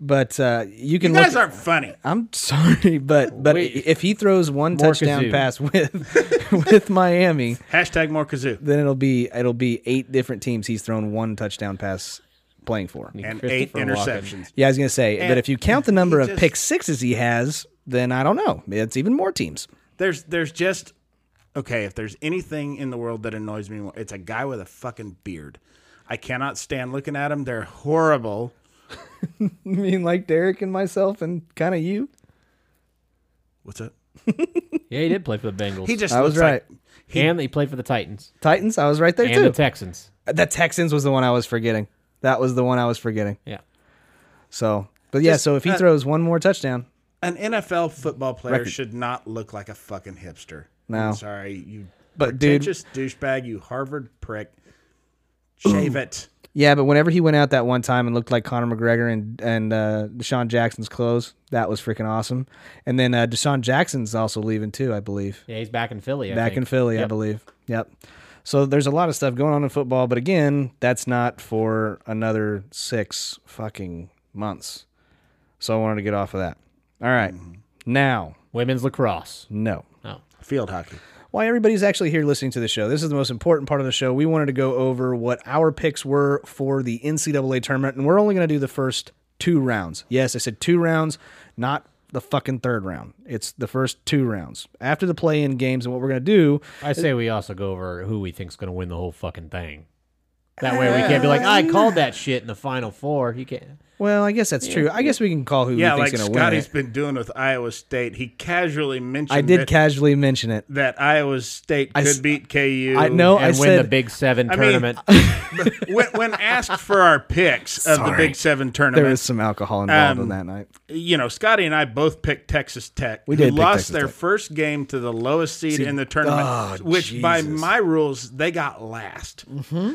Speaker 1: But uh, you
Speaker 2: You
Speaker 1: can
Speaker 2: guys
Speaker 1: look.
Speaker 2: aren't funny.
Speaker 1: I'm sorry, but but
Speaker 3: Wait.
Speaker 1: if he throws one
Speaker 3: More
Speaker 1: touchdown
Speaker 3: kazoo.
Speaker 1: pass with with Miami,
Speaker 2: Hashtag more kazoo.
Speaker 1: then it'll be it'll be eight different teams he's thrown one touchdown pass playing for.
Speaker 2: And eight
Speaker 3: Christopher Walken.
Speaker 2: interceptions.
Speaker 1: Yeah, I was gonna say, but
Speaker 2: And
Speaker 1: if you count the number
Speaker 2: he
Speaker 1: of
Speaker 2: just-
Speaker 1: pick sixes he has, then I don't know. It's even more teams.
Speaker 2: There's there's just okay. If there's anything in the world that annoys me, more, it's a guy with a fucking beard. I cannot stand looking at them. They're horrible.
Speaker 1: I mean, like Derek and myself, and kind of you.
Speaker 2: What's up?
Speaker 3: Yeah, he did play for the Bengals.
Speaker 2: He just
Speaker 1: I was
Speaker 2: looks like-
Speaker 1: right.
Speaker 3: and he played for the Titans
Speaker 1: Titans, I was right there
Speaker 3: and
Speaker 1: too.
Speaker 3: the Texans.
Speaker 1: the Texans was the one I was forgetting. That was the one I was forgetting.
Speaker 3: Yeah,
Speaker 1: So, but yeah, so if he
Speaker 2: uh,
Speaker 1: throws one more touchdown,
Speaker 2: an NFL football player
Speaker 1: Record.
Speaker 2: should not look like a fucking hipster.
Speaker 1: No.
Speaker 2: I'm sorry, you
Speaker 1: But, dude-
Speaker 2: pretentious douchebag, you Harvard prick. Shave it.
Speaker 1: yeah, but whenever he went out that one time and looked like Conor McGregor and and uh, Deshaun Jackson's clothes, that was freaking awesome. And then uh, Deshaun Jackson's also leaving too, I believe,
Speaker 3: yeah, he's back in Philly. I
Speaker 1: back in
Speaker 3: think.
Speaker 1: Philly, I
Speaker 3: Yep.
Speaker 1: believe. Yep. So there's a lot of stuff going on in football, but again, that's not for another six fucking months. So I wanted to get off of that. All right. now
Speaker 3: Women's lacrosse.
Speaker 1: no.
Speaker 3: Oh,
Speaker 2: Field hockey.
Speaker 1: why everybody's actually here listening to the show. This is the most important part of the show. We wanted to go over what our picks were for the NCAA tournament, and we're only going to do the first two rounds. Yes, I said two rounds, not the fucking third round. It's the first two rounds. After the play in games, and what we're going to do,
Speaker 3: I say we also go over who we think's going to win the whole fucking thing. That way we can't be like, I called that shit in the final four. You can't.
Speaker 1: well, I guess that's true. I guess we can call who
Speaker 2: Yeah,
Speaker 1: we
Speaker 2: like
Speaker 1: think's going to win.
Speaker 2: Scotty's
Speaker 1: It.
Speaker 2: been doing with Iowa State. He casually mentioned
Speaker 1: I did
Speaker 2: that,
Speaker 1: casually mention it.
Speaker 2: that Iowa State could
Speaker 1: s-
Speaker 2: beat KU.
Speaker 1: I know
Speaker 3: and
Speaker 1: I
Speaker 3: win
Speaker 1: said
Speaker 3: the Big Seven
Speaker 2: I mean,
Speaker 3: tournament.
Speaker 2: when, when asked for our picks of the Big Seven
Speaker 1: there
Speaker 2: tournament,
Speaker 1: was some alcohol involved
Speaker 2: Um,
Speaker 1: on that night.
Speaker 2: you know, Scotty and I both picked Texas Tech. We
Speaker 1: did
Speaker 2: Who
Speaker 1: pick
Speaker 2: lost
Speaker 1: Texas
Speaker 2: their
Speaker 1: Tech.
Speaker 2: first game to the lowest seed in the tournament,
Speaker 1: oh,
Speaker 2: which by
Speaker 1: Jesus. Mm-hmm.
Speaker 2: my rules they got last.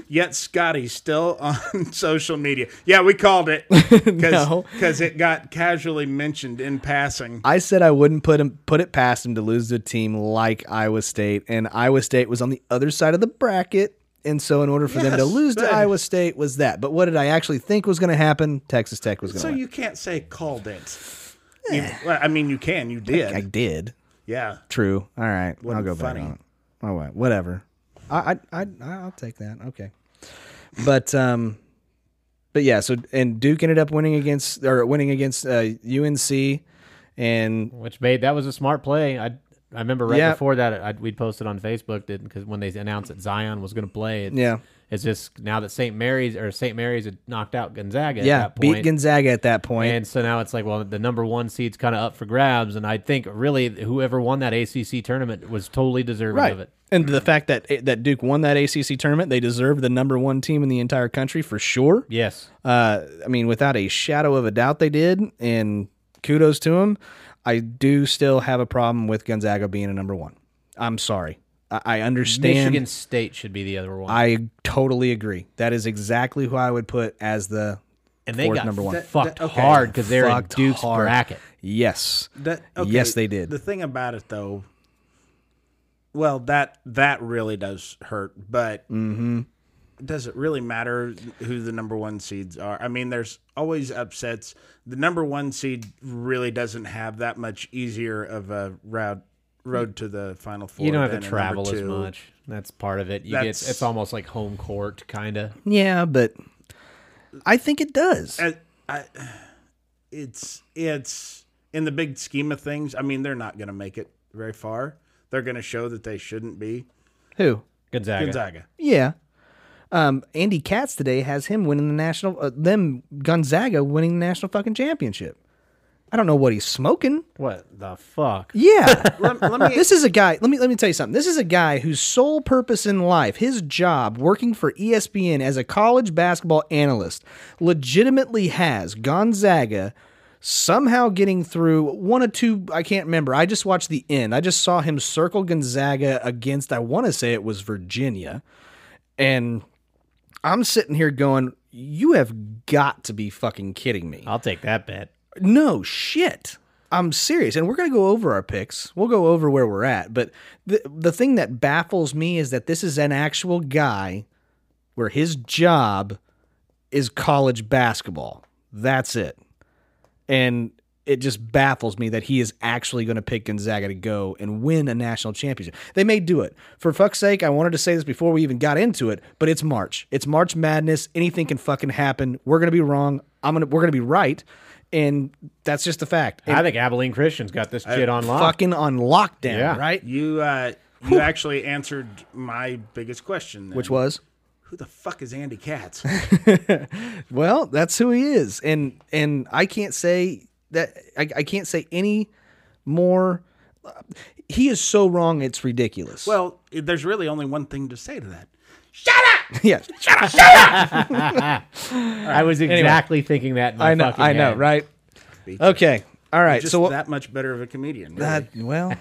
Speaker 2: Yet Scotty's still on social media. Yeah, we called it
Speaker 1: No.
Speaker 2: because it got casually mentioned in passing.
Speaker 1: I said I wouldn't put him put it past him to lose to a team like Iowa State, and Iowa State was on the other side of the bracket. And so, in order for them to
Speaker 2: Yes,
Speaker 1: lose
Speaker 2: but-
Speaker 1: to Iowa State, was that. But what did I actually think was going to happen? Texas Tech was going to
Speaker 2: So
Speaker 1: win.
Speaker 2: you can't say called it. You- well, I mean, you can. You did.
Speaker 1: Eh. I did.
Speaker 2: yeah.
Speaker 1: True. All right. I'll
Speaker 2: Wasn't
Speaker 1: go back
Speaker 2: funny.
Speaker 1: on it. All right. Whatever. I I I I'll take that. Okay. But um, but yeah. So and Duke ended up winning against or winning against uh, UNC, and
Speaker 3: which made that was a smart play. I I remember right
Speaker 1: Yeah.
Speaker 3: before that I, we'd posted on Facebook did because when they announced that Zion was going to play, it's,
Speaker 1: Yeah.
Speaker 3: it's just now that St. Mary's or St. Mary's had knocked out Gonzaga at
Speaker 1: yeah,
Speaker 3: that
Speaker 1: beat
Speaker 3: point.
Speaker 1: Gonzaga at that point.
Speaker 3: and so now it's like, well, the number one seed's kind of up for grabs, and I think really whoever won that ACC tournament was totally deserving of it.
Speaker 1: And the fact that eh, that Duke won that ACC tournament, they deserve the number one team in the entire country for sure.
Speaker 3: Yes,
Speaker 1: Uh, I mean, without a shadow of a doubt, they did. And kudos to them. I do still have a problem with Gonzaga being a number one. I'm sorry. I, I understand.
Speaker 3: Michigan State should be the other one,
Speaker 1: I totally agree. That is exactly who I would put as the
Speaker 3: and they
Speaker 1: fourth
Speaker 3: got
Speaker 1: number one.
Speaker 3: f- fucked
Speaker 2: that- okay.
Speaker 3: hard because they're in
Speaker 1: Fucked
Speaker 3: Duke's
Speaker 1: hard.
Speaker 3: bracket.
Speaker 1: yes.
Speaker 2: That- okay,
Speaker 1: Yes, they did.
Speaker 2: The thing about it though, well, that that really does hurt. But
Speaker 1: Mm-hmm.
Speaker 2: does it really matter who the number one seeds are? I mean, there's always upsets. The number one seed really doesn't have that much easier of a route road to the final four.
Speaker 3: You don't have
Speaker 2: then
Speaker 3: to
Speaker 2: in number
Speaker 3: travel as
Speaker 2: two.
Speaker 3: much. That's part of it. You
Speaker 2: That's-
Speaker 3: get it's almost like home court kind of.
Speaker 1: Yeah, but I think it does.
Speaker 2: And I, it's it's in the big scheme of things. I mean, they're not going to make it very far. They're going to show that they shouldn't be
Speaker 1: Who?
Speaker 3: Gonzaga.
Speaker 2: Gonzaga.
Speaker 1: Yeah. Um, Andy Katz today has him winning the national, uh, them Gonzaga winning the national fucking championship. I don't know what he's smoking.
Speaker 3: What the fuck?
Speaker 1: Yeah. this is a guy. Let me let me tell you something. This is a guy whose sole purpose in life, his job working for E ESPN as a college basketball analyst, legitimately has Gonzaga somehow getting through one or two I can't remember. I just watched the end. I just saw him circle Gonzaga against I want to say it was Virginia. And I'm sitting here going, "You have got to be fucking kidding me."
Speaker 3: I'll take that bet.
Speaker 1: No shit. I'm serious, and we're gonna go over our picks. We'll go over where we're at, but the the thing that baffles me is that this is an actual guy where his job is college basketball. That's it, and it just baffles me that he is actually going to pick Gonzaga to go and win a national championship. They may do it. For fuck's sake, I wanted to say this before we even got into it, but it's March. It's March Madness. Anything can fucking happen. We're gonna be wrong. I'm gonna we're gonna be right, and that's just the fact. And
Speaker 3: I think Abilene Christian's got this shit on lock.
Speaker 1: fucking on lockdown,
Speaker 3: Yeah.
Speaker 1: right?
Speaker 2: You uh, you actually answered my biggest question, then.
Speaker 1: Which was
Speaker 2: who the fuck is Andy Katz?
Speaker 1: well, that's who he is, and and I can't say that I, I can't say any more. He is so wrong; it's ridiculous.
Speaker 2: well, it- there's really only one thing to say to that.
Speaker 1: yes,
Speaker 3: I was exactly thinking that. In my
Speaker 1: I know,
Speaker 3: fucking
Speaker 1: I know,
Speaker 3: head.
Speaker 1: right? Okay, all right.
Speaker 2: Just
Speaker 1: So what-
Speaker 2: that much better of a comedian. really.
Speaker 1: that well,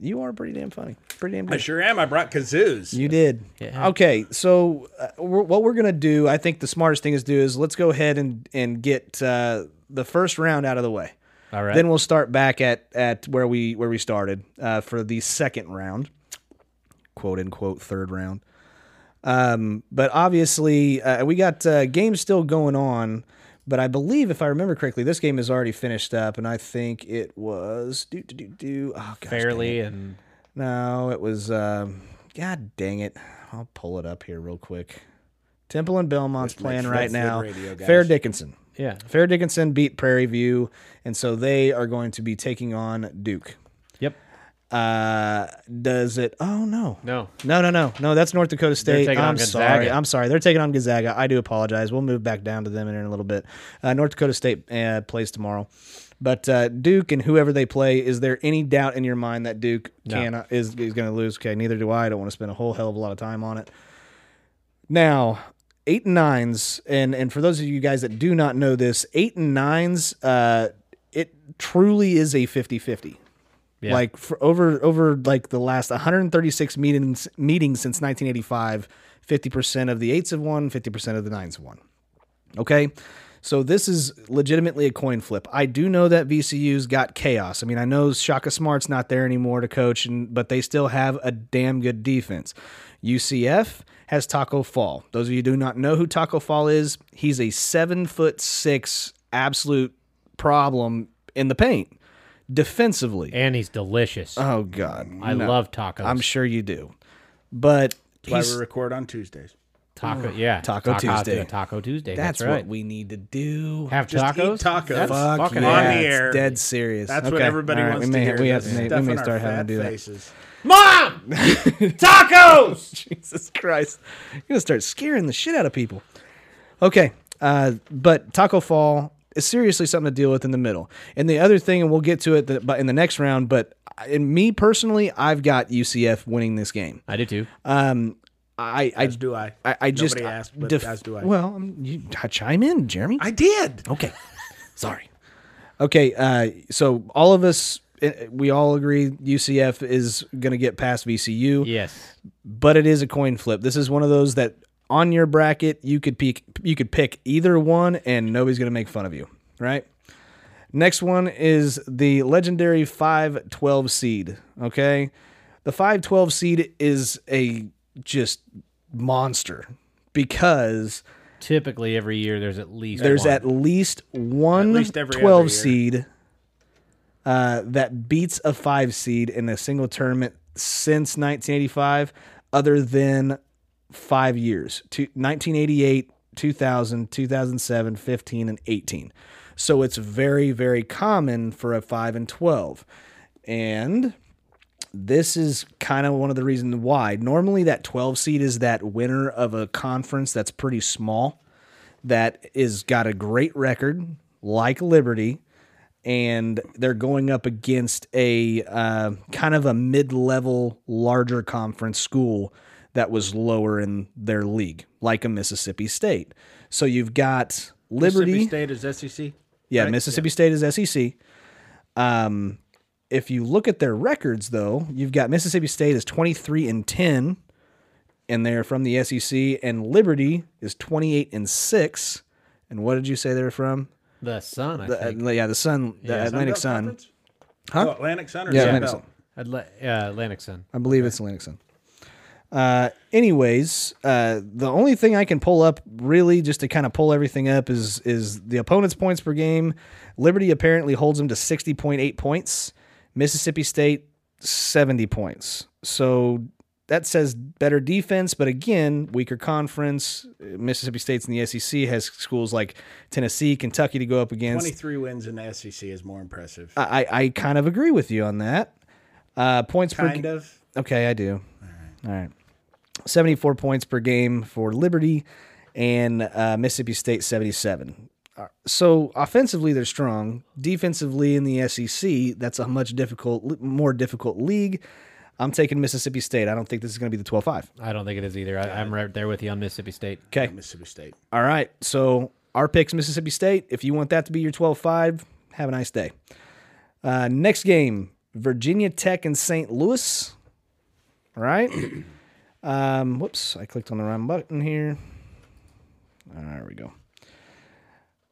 Speaker 1: you are pretty damn funny, pretty damn
Speaker 2: I
Speaker 1: good.
Speaker 2: sure am. I brought kazoos.
Speaker 1: You did. Okay, so uh, we're, what we're gonna do, I think the smartest thing is do is let's go ahead and and get uh, the first round out of the way.
Speaker 3: All right.
Speaker 1: Then we'll start back at at where we where we started uh, for the second round, quote unquote third round. Um, but obviously uh, we got uh, games still going on. But I believe, if I remember correctly, this game is already finished up, and I think it was do do do do. Oh, gosh, dang it.
Speaker 3: fairly and
Speaker 1: No, it was. Um, God dang it! I'll pull it up here real quick. Temple and Belmont's playing
Speaker 2: makes-
Speaker 1: right
Speaker 2: that's good
Speaker 1: now.
Speaker 2: radio, guys.
Speaker 1: Fair Dickinson.
Speaker 3: yeah.
Speaker 1: Fair Dickinson beat Prairie View, and so they are going to be taking on Duke.
Speaker 3: Yep.
Speaker 1: Uh, does it? Oh no.
Speaker 3: No.
Speaker 1: No, no, no, no. That's North Dakota State.
Speaker 3: taking on
Speaker 1: I'm sorry.
Speaker 3: Gonzaga.
Speaker 1: I'm sorry. They're taking on Gonzaga. I do apologize. We'll move back down to them in a little bit. Uh, North Dakota State uh, plays tomorrow, but uh, Duke and whoever they play. Is there any doubt in your mind that Duke can uh, is is going to lose? Okay, neither do I. I don't want to spend a whole hell of a lot of time on it. Now, eight and nines, and and for those of you guys that do not know this, eight and nines, uh, it truly is a 50-50.
Speaker 3: Yeah.
Speaker 1: Like for over over like the last 136 meetings meetings since 1985, 50% of the eights have won, 50% of the nines have won. Okay. So this is legitimately a coin flip. I do know that VCU's got chaos. I mean, I know Shaka Smart's not there anymore to coach, and but they still have a damn good defense. UCF has Taco Fall. Those of you who do not know who Taco Fall is, he's a seven foot six absolute problem in the paint defensively.
Speaker 3: and he's delicious.
Speaker 1: oh God,
Speaker 3: I love tacos.
Speaker 1: I'm sure you do, but
Speaker 2: That's why
Speaker 1: he's-
Speaker 2: we record on Tuesdays.
Speaker 3: taco. Yeah.
Speaker 1: Taco Tuesday.
Speaker 3: Taco Tuesday.
Speaker 1: that's,
Speaker 3: That's, right.
Speaker 1: what we need to do.
Speaker 3: Have
Speaker 2: Just eat
Speaker 3: tacos.
Speaker 2: tacos.
Speaker 3: That's
Speaker 2: Fuck
Speaker 3: fucking
Speaker 2: yeah.
Speaker 3: awesome.
Speaker 2: the
Speaker 1: it's
Speaker 2: air.
Speaker 1: Dead serious.
Speaker 2: That's what
Speaker 1: Okay.
Speaker 2: everybody
Speaker 1: All right,
Speaker 2: wants
Speaker 1: we may,
Speaker 2: to hear.
Speaker 1: We,
Speaker 2: the
Speaker 1: have to,
Speaker 2: stuff
Speaker 1: we may
Speaker 2: in our
Speaker 1: start having to
Speaker 2: fat
Speaker 1: do that.
Speaker 2: faces.
Speaker 3: Mom, tacos.
Speaker 1: Jesus Christ. You're going to start scaring the shit out of people. Okay. Uh, but Taco Fall is seriously something to deal with in the middle. And the other thing, and we'll get to it th- but in the next round, but I- in me personally, I've got UCF winning this game.
Speaker 3: I do too.
Speaker 1: Um, I, I,
Speaker 2: As do I.
Speaker 1: I, I just uh,
Speaker 2: Nobody asked, but
Speaker 1: def-
Speaker 2: as do I.
Speaker 1: Well, um, you, chime in, Jeremy.
Speaker 2: I did.
Speaker 1: Okay. Sorry. Okay. Uh, so all of us, uh, we all agree UCF is going to get past VCU,
Speaker 3: Yes.
Speaker 1: but it is a coin flip. This is one of those that on your bracket you could pick you could pick either one, and nobody's going to make fun of you, right? Next one is the legendary 512 seed. Okay. The 512 seed is a just monster because
Speaker 3: Typically, every year there's at least
Speaker 1: there's
Speaker 3: one.
Speaker 1: at least one
Speaker 2: least every other
Speaker 1: 12
Speaker 2: year.
Speaker 1: seed uh, that beats a five seed in a single tournament since 1985, other than five years to 1988 2000 2007 15 and 18 so it's very very common for a 5 and 12 and this is kind of one of the reasons why normally that 12 seed is that winner of a conference that's pretty small that is got a great record like liberty and they're going up against a uh, kind of a mid-level larger conference school that was lower in their league like a mississippi state so you've got liberty
Speaker 2: Mississippi State is E SEC.
Speaker 1: yeah mississippi state is sec um, if you look at their records though you've got mississippi state is 23 and 10 and they're from the sec and liberty is 28 and 6 and what did you say they're from
Speaker 3: The sun, I
Speaker 1: the,
Speaker 3: think.
Speaker 1: yeah the sun the atlantic
Speaker 2: Sunbelt
Speaker 1: sun
Speaker 2: Conference? Oh, Atlantic Sun or
Speaker 1: Yeah,
Speaker 2: yeah,
Speaker 1: Atlantic Sun.
Speaker 3: Atla- yeah, Atlantic sun.
Speaker 1: I believe it's Linux. Sun. Uh, anyways, uh, the only thing I can pull up really just to kind of pull everything up is is the opponent's points per game. Liberty apparently holds them to sixty point eight points. Mississippi State seventy points. So that says better defense, but again, weaker conference. Mississippi State's in the SEC has schools like Tennessee, Kentucky to go up against.
Speaker 2: 23 wins in the SEC is more impressive.
Speaker 1: I, I I kind of agree with you on that. Uh, points per
Speaker 2: kind of.
Speaker 1: Okay, I do. All right. 74 points per game for Liberty and uh, Mississippi State 77. Uh, So offensively they're strong. Defensively in the SEC, that's a much difficult more difficult league. I'm taking Mississippi State. I don't think this is going to be the 12-5.
Speaker 3: I don't think it is either. I, I'm right there with you on Mississippi State.
Speaker 1: Okay.
Speaker 2: Mississippi State.
Speaker 1: All right. So our picks Mississippi State. If you want that to be your 12-5, have a nice day. Uh, next game, Virginia Tech and St. Louis. All right. Um, whoops, I clicked on the wrong button here. Ah, There we go.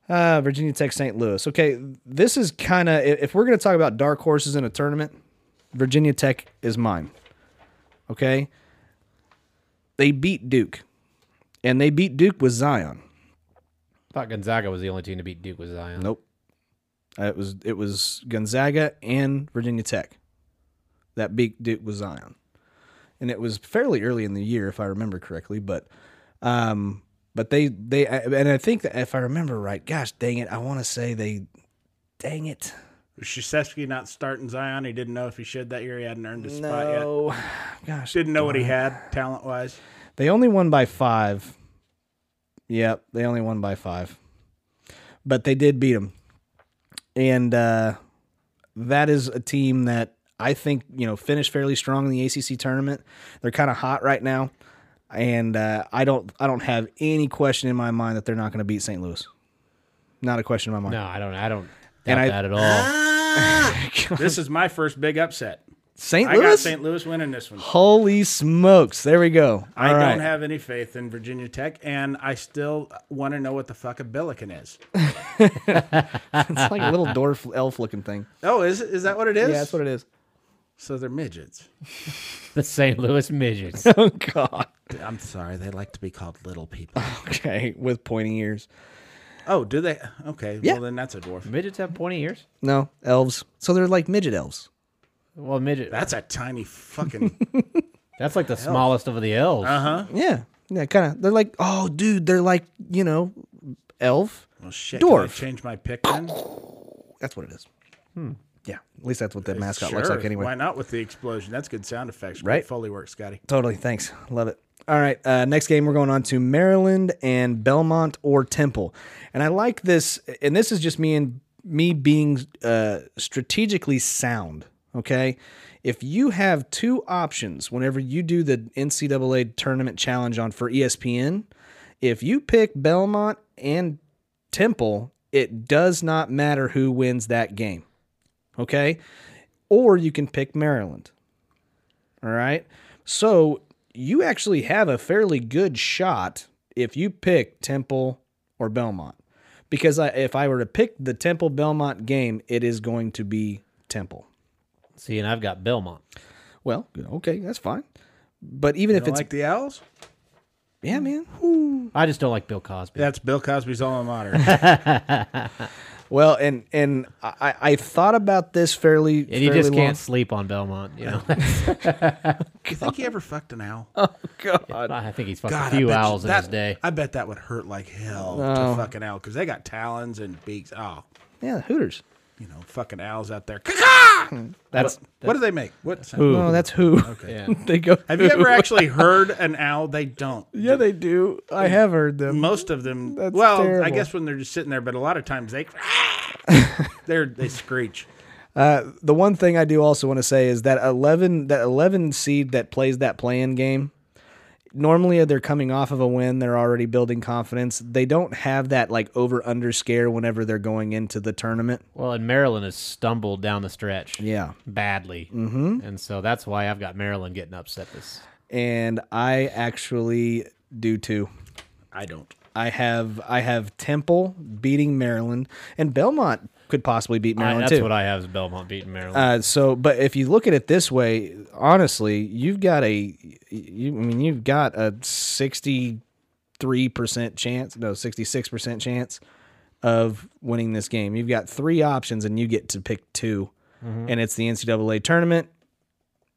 Speaker 1: Uh, Virginia Tech St. Louis. Okay, this is kind of if we're going to talk about dark horses in a tournament, Virginia Tech is mine. Okay? They beat Duke. And they beat Duke with Zion.
Speaker 3: I thought Gonzaga was the only team to beat Duke with Zion.
Speaker 1: Nope. Uh, It was it was Gonzaga and Virginia Tech that beat Duke with Zion, and it was fairly early in the year, if I remember correctly. But, um, but they they I- and I think that if I remember right, gosh dang it, I want to say they, dang it,
Speaker 2: Was Shisevsky not starting Zion? He didn't know if he should that year. He hadn't earned his spot yet.
Speaker 1: no, gosh,
Speaker 2: Didn't know what he had talent wise.
Speaker 1: They only won by five. Yep, they only won by five, but they did beat them, and uh, that is a team that I think you know finished fairly strong in the ACC tournament. They're kind of hot right now, and uh, I don't I don't have any question in my mind that they're not going to beat St. Louis. Not a question in my mind.
Speaker 3: No, I don't. I don't
Speaker 1: And
Speaker 3: doubt
Speaker 1: I-
Speaker 3: that at all.
Speaker 2: This is my first big upset.
Speaker 1: St.
Speaker 2: I got
Speaker 1: Louis.
Speaker 2: St. Louis winning this one.
Speaker 1: Holy smokes! There we go. All
Speaker 2: I
Speaker 1: right.
Speaker 2: don't have any faith in Virginia Tech, and I still want to know what the fuck a Billiken is.
Speaker 1: it's like a little dwarf elf looking thing.
Speaker 2: Oh, is it? Is that what it is?
Speaker 1: Yeah, that's what it is.
Speaker 2: So they're midgets.
Speaker 3: the St. Louis Midgets.
Speaker 1: Oh God.
Speaker 2: I'm sorry, they like to be called little people.
Speaker 1: Okay, with pointy ears.
Speaker 2: oh, do they? Okay,
Speaker 1: Yeah.
Speaker 2: well then that's a dwarf.
Speaker 3: Midgets have pointy ears.
Speaker 1: No, elves. So they're like midget elves.
Speaker 3: Well, midget.
Speaker 2: That's a tiny fucking.
Speaker 3: That's like the smallest of the elves.
Speaker 1: Yeah. Yeah, kind of. They're like, oh, dude, they're like, you know, elf.
Speaker 2: Well, shit. can I
Speaker 1: Dwarf.
Speaker 2: change my pick then.
Speaker 1: That's what it is. Yeah. At least that's what that mascot looks
Speaker 2: Hmm. Sure,
Speaker 1: like anyway.
Speaker 2: Why not with the explosion? That's good sound effects. Great
Speaker 1: Right.
Speaker 2: Foley work, Scotty.
Speaker 1: Totally. Thanks. Love it. All right. Uh, next game, we're going on to Maryland and Belmont or Temple. And I like this. And this is just me and me being uh, strategically sound. Okay. If you have two options whenever you do the NCAA tournament challenge on for E ESPN, if you pick Belmont and Temple, it does not matter who wins that game. Okay. Or you can pick Maryland. All right. So you actually have a fairly good shot if you pick Temple or Belmont. Because I, if I were to pick the Temple Belmont game, it is going to be Temple.
Speaker 3: See, and I've got Belmont.
Speaker 1: Well, okay, that's fine. But even if
Speaker 2: Don't
Speaker 1: it's
Speaker 2: like the owls?
Speaker 1: yeah, man.
Speaker 3: I just don't like Bill Cosby.
Speaker 2: That's Bill Cosby's alma mater.
Speaker 1: Well, and and I, I thought about this fairly.
Speaker 3: And you
Speaker 1: fairly
Speaker 3: just
Speaker 1: long-
Speaker 3: can't sleep on Belmont, you know.
Speaker 2: You think he ever fucked an owl?
Speaker 3: I think he's fucked
Speaker 2: God,
Speaker 3: a
Speaker 2: I
Speaker 3: few
Speaker 2: bet you-
Speaker 3: owls in
Speaker 2: that,
Speaker 3: his day.
Speaker 2: I bet that would hurt like hell
Speaker 1: Oh.
Speaker 2: to fucking owl because they got talons and beaks. Oh,
Speaker 1: Yeah, Hooters.
Speaker 2: you know, fucking owls out there. Caw-caw!
Speaker 1: Hmm, That's
Speaker 2: What do they make? What? sound?
Speaker 1: no, that's who. Okay.
Speaker 3: Yeah.
Speaker 1: they go.
Speaker 2: Have you ever actually heard an owl? They don't.
Speaker 1: Yeah, they do. I have heard them.
Speaker 2: Most of them.
Speaker 1: That's
Speaker 2: well, I
Speaker 1: terrible.
Speaker 2: guess when they're just sitting there, but a lot of times they, they're they screech.
Speaker 1: The one thing I do also want to say is that eleven that eleven seed that plays that play-in game. Normally, they're coming off of a win. They're already building confidence. They don't have that like over under scare whenever they're going into the tournament.
Speaker 3: Well, and Maryland has stumbled down the stretch.
Speaker 1: Yeah.
Speaker 3: Badly. Mm-hmm. And so that's why I've got Maryland getting upset this.
Speaker 1: And I actually do too.
Speaker 2: I don't.
Speaker 1: I have I have Temple beating Maryland, and Belmont could possibly beat
Speaker 3: I,
Speaker 1: Maryland
Speaker 3: that's
Speaker 1: too.
Speaker 3: what I have is Belmont beating Maryland.
Speaker 1: Uh, so, but if you look at it this way, honestly, you've got a, you, I mean, you've got a sixty-three percent chance, no, sixty-six percent chance of winning this game. You've got three options, and you get to pick 2 and it's the NCAA tournament.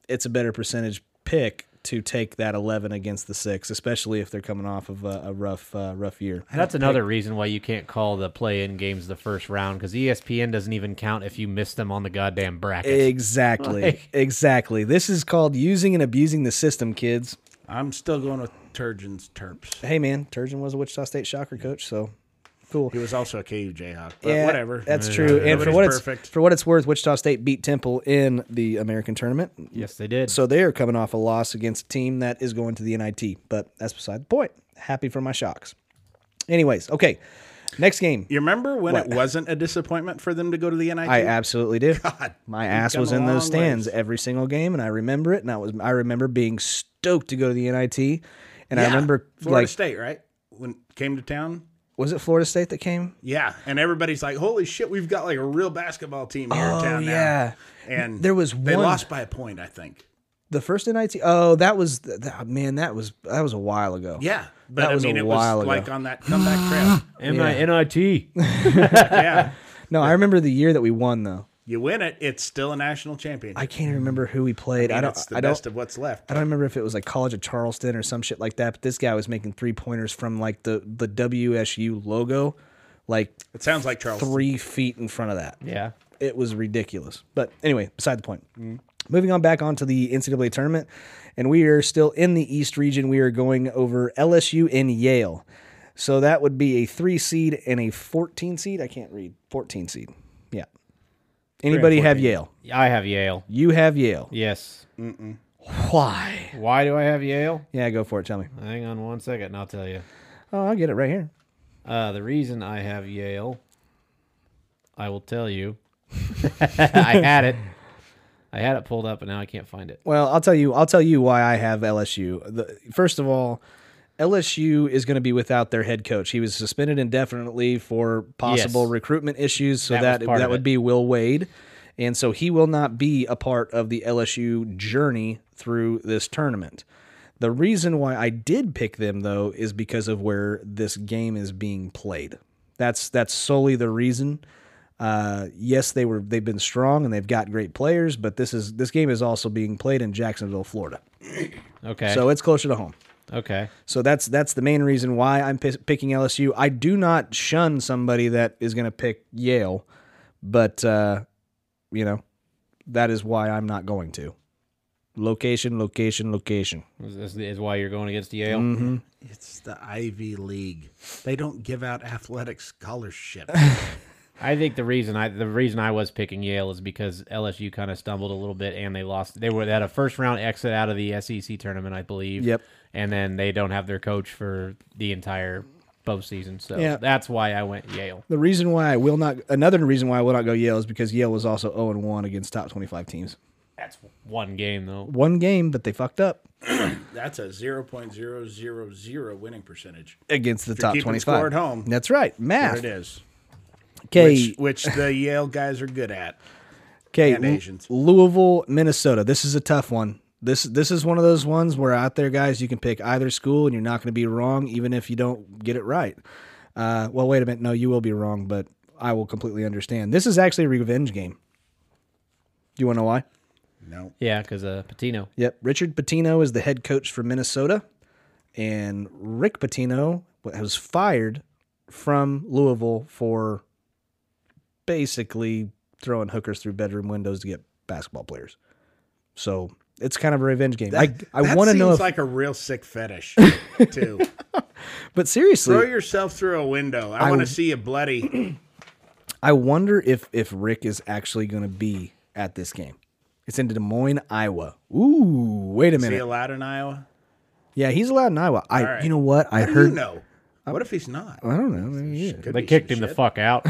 Speaker 1: It's a better percentage pick to take that eleven against the six, especially if they're coming off of a, a rough, uh, rough year.
Speaker 3: that's another reason why you can't call the play-in games the first round E because ESPN doesn't even count if you miss them on the goddamn bracket.
Speaker 1: Exactly, exactly. This is called using and abusing the system, kids.
Speaker 2: I'm still going with Turgeon's Terps.
Speaker 1: hey man, Turgeon was a Wichita State Shocker coach, so cool.
Speaker 2: He was also a KU Jayhawk. But whatever.
Speaker 1: That's true. And for
Speaker 2: Nobody's
Speaker 1: what
Speaker 2: perfect.
Speaker 1: it's for what it's worth, Wichita State beat Temple in the American tournament.
Speaker 3: yes, they did.
Speaker 1: So they are coming off a loss against a team that is going to the NIT, but that's beside the point. Happy for my shocks. Anyways, okay. Next game.
Speaker 2: You remember when it wasn't a disappointment for them to go to the NIT?
Speaker 1: I absolutely do. my ass
Speaker 2: come
Speaker 1: was
Speaker 2: a
Speaker 1: in those
Speaker 2: long
Speaker 1: stands
Speaker 2: ways.
Speaker 1: every single game, and I remember it. And I was I remember being stoked to go to the NIT, and I
Speaker 2: Yeah.
Speaker 1: remember
Speaker 2: Florida
Speaker 1: like
Speaker 2: State, right? When it came to town.
Speaker 1: was it Florida State that came?
Speaker 2: Yeah, and everybody's like, "Holy shit, we've got like a real basketball team here in town
Speaker 1: Oh, yeah.
Speaker 2: now." And
Speaker 1: There was
Speaker 2: they
Speaker 1: one-
Speaker 2: lost by a point, I think.
Speaker 1: The first NIT. Oh, that was th- th- man. That was that was a while ago.
Speaker 2: Yeah, but
Speaker 1: That
Speaker 2: I
Speaker 1: was a
Speaker 2: mean, it
Speaker 1: while
Speaker 2: was
Speaker 1: ago.
Speaker 2: like on that comeback trail.
Speaker 3: NIT.
Speaker 2: yeah,
Speaker 1: No, I remember the year that we won though.
Speaker 2: you win it, it's still a national championship.
Speaker 1: I can't even remember who
Speaker 2: Mm.
Speaker 1: we played. I,
Speaker 2: And it's
Speaker 1: don't.
Speaker 2: the
Speaker 1: I
Speaker 2: best
Speaker 1: don't.
Speaker 2: of what's left.
Speaker 1: I don't remember if it was like College of Charleston or some shit like that. But this guy was making three pointers from like the the WSU logo, like
Speaker 2: It sounds like Charles.
Speaker 1: three feet in front of that.
Speaker 3: Yeah.
Speaker 1: It was ridiculous. But anyway, beside the point. Moving on back onto the NCAA tournament, and we are still in the East region. We are going over LSU and Yale. So that would be a three seed and a 14 seed. I can't read. 14 seed. Yeah. Anybody have Yale?
Speaker 3: I have Yale.
Speaker 1: You have Yale.
Speaker 3: Yes.
Speaker 1: Why?
Speaker 3: Why do I have Yale?
Speaker 1: Yeah, go for it. Tell me.
Speaker 3: Hang on one second and I'll tell you.
Speaker 1: Oh, I'll get it right here.
Speaker 3: Uh, the reason I have Yale, I will tell you. I had it. I had it pulled up and now I can't find it.
Speaker 1: Well, I'll tell you. I'll tell you why I have LSU. The, first of all, LSU is going to be without their head coach. He was suspended indefinitely for possible
Speaker 3: Yes.
Speaker 1: recruitment issues, so
Speaker 3: That was
Speaker 1: that that,
Speaker 3: part of
Speaker 1: would
Speaker 3: it.
Speaker 1: be Will Wade, and so he will not be a part of the LSU journey through this tournament. The reason why I did pick them though is because of where this game is being played. That's that's solely the reason. Uh, yes, they were they've been strong and they've got great players, but this is this game is also being played in Jacksonville, Florida,
Speaker 3: Okay.
Speaker 1: so it's closer to home.
Speaker 3: okay.
Speaker 1: So that's that's the main reason why I'm p- picking LSU. I do not shun somebody that is going to pick Yale, but uh, you know that is why I'm not going to. Location, location, location.
Speaker 3: Is, is, is why you're going against Yale?
Speaker 1: Mm-hmm.
Speaker 2: It's the Ivy League. They don't give out athletic scholarship.
Speaker 3: I think the reason I the reason I was picking Yale is because LSU kind of stumbled a little bit and they lost. They were they had a first round exit out of the SEC tournament, I believe.
Speaker 1: Yep.
Speaker 3: And then they don't have their coach for the entire postseason, so
Speaker 1: Yeah.
Speaker 3: that's why I went Yale.
Speaker 1: The reason why I will not another reason why I will not go Yale is because Yale was also 0 and 1 against top 25 teams.
Speaker 3: That's one game though.
Speaker 1: One game, but they fucked up
Speaker 2: That's a 0.000 winning percentage.
Speaker 1: against the
Speaker 2: you're
Speaker 1: top
Speaker 2: keeping
Speaker 1: 25.
Speaker 2: score at home,
Speaker 1: That's right.
Speaker 2: There
Speaker 1: Math.
Speaker 2: it is.
Speaker 1: Okay.
Speaker 2: Which, which the Yale guys are good at.
Speaker 1: Okay,
Speaker 2: And
Speaker 1: Lu-
Speaker 2: Asians.
Speaker 1: Louisville, Minnesota. This is a tough one. This this is one of those ones where out there, guys, you can pick either school and you're not going to be wrong, even if you don't get it right. Uh, well, wait a minute. No, you will be wrong, but I will completely understand. This is actually a revenge game. Do you want to know why?
Speaker 2: No.
Speaker 3: Yeah, because uh, Patino.
Speaker 1: Yep. Richard Patino is the head coach for Minnesota, and Rick Patino was fired from Louisville for basically throwing hookers through bedroom windows to get basketball players. So it's kind of a revenge game. I, I
Speaker 2: That
Speaker 1: want to know
Speaker 2: seems
Speaker 1: if,
Speaker 2: like a real sick fetish, too.
Speaker 1: but
Speaker 2: Throw
Speaker 1: seriously,
Speaker 2: yourself through a window. I, want to see you bloody.
Speaker 1: I wonder if if Rick is actually going to be at this game. It's in Des Moines, Iowa. Ooh, wait a
Speaker 2: Is he
Speaker 1: minute.
Speaker 2: allowed in Iowa?
Speaker 1: Yeah, he's allowed in Iowa. I,
Speaker 2: right.
Speaker 1: you know what? I
Speaker 2: How do you
Speaker 1: heard.
Speaker 2: know? What if he's not?
Speaker 1: I don't know. Maybe he is.
Speaker 2: Could
Speaker 3: They
Speaker 2: be
Speaker 3: kicked
Speaker 2: some
Speaker 3: him the
Speaker 2: shit.
Speaker 3: fuck out.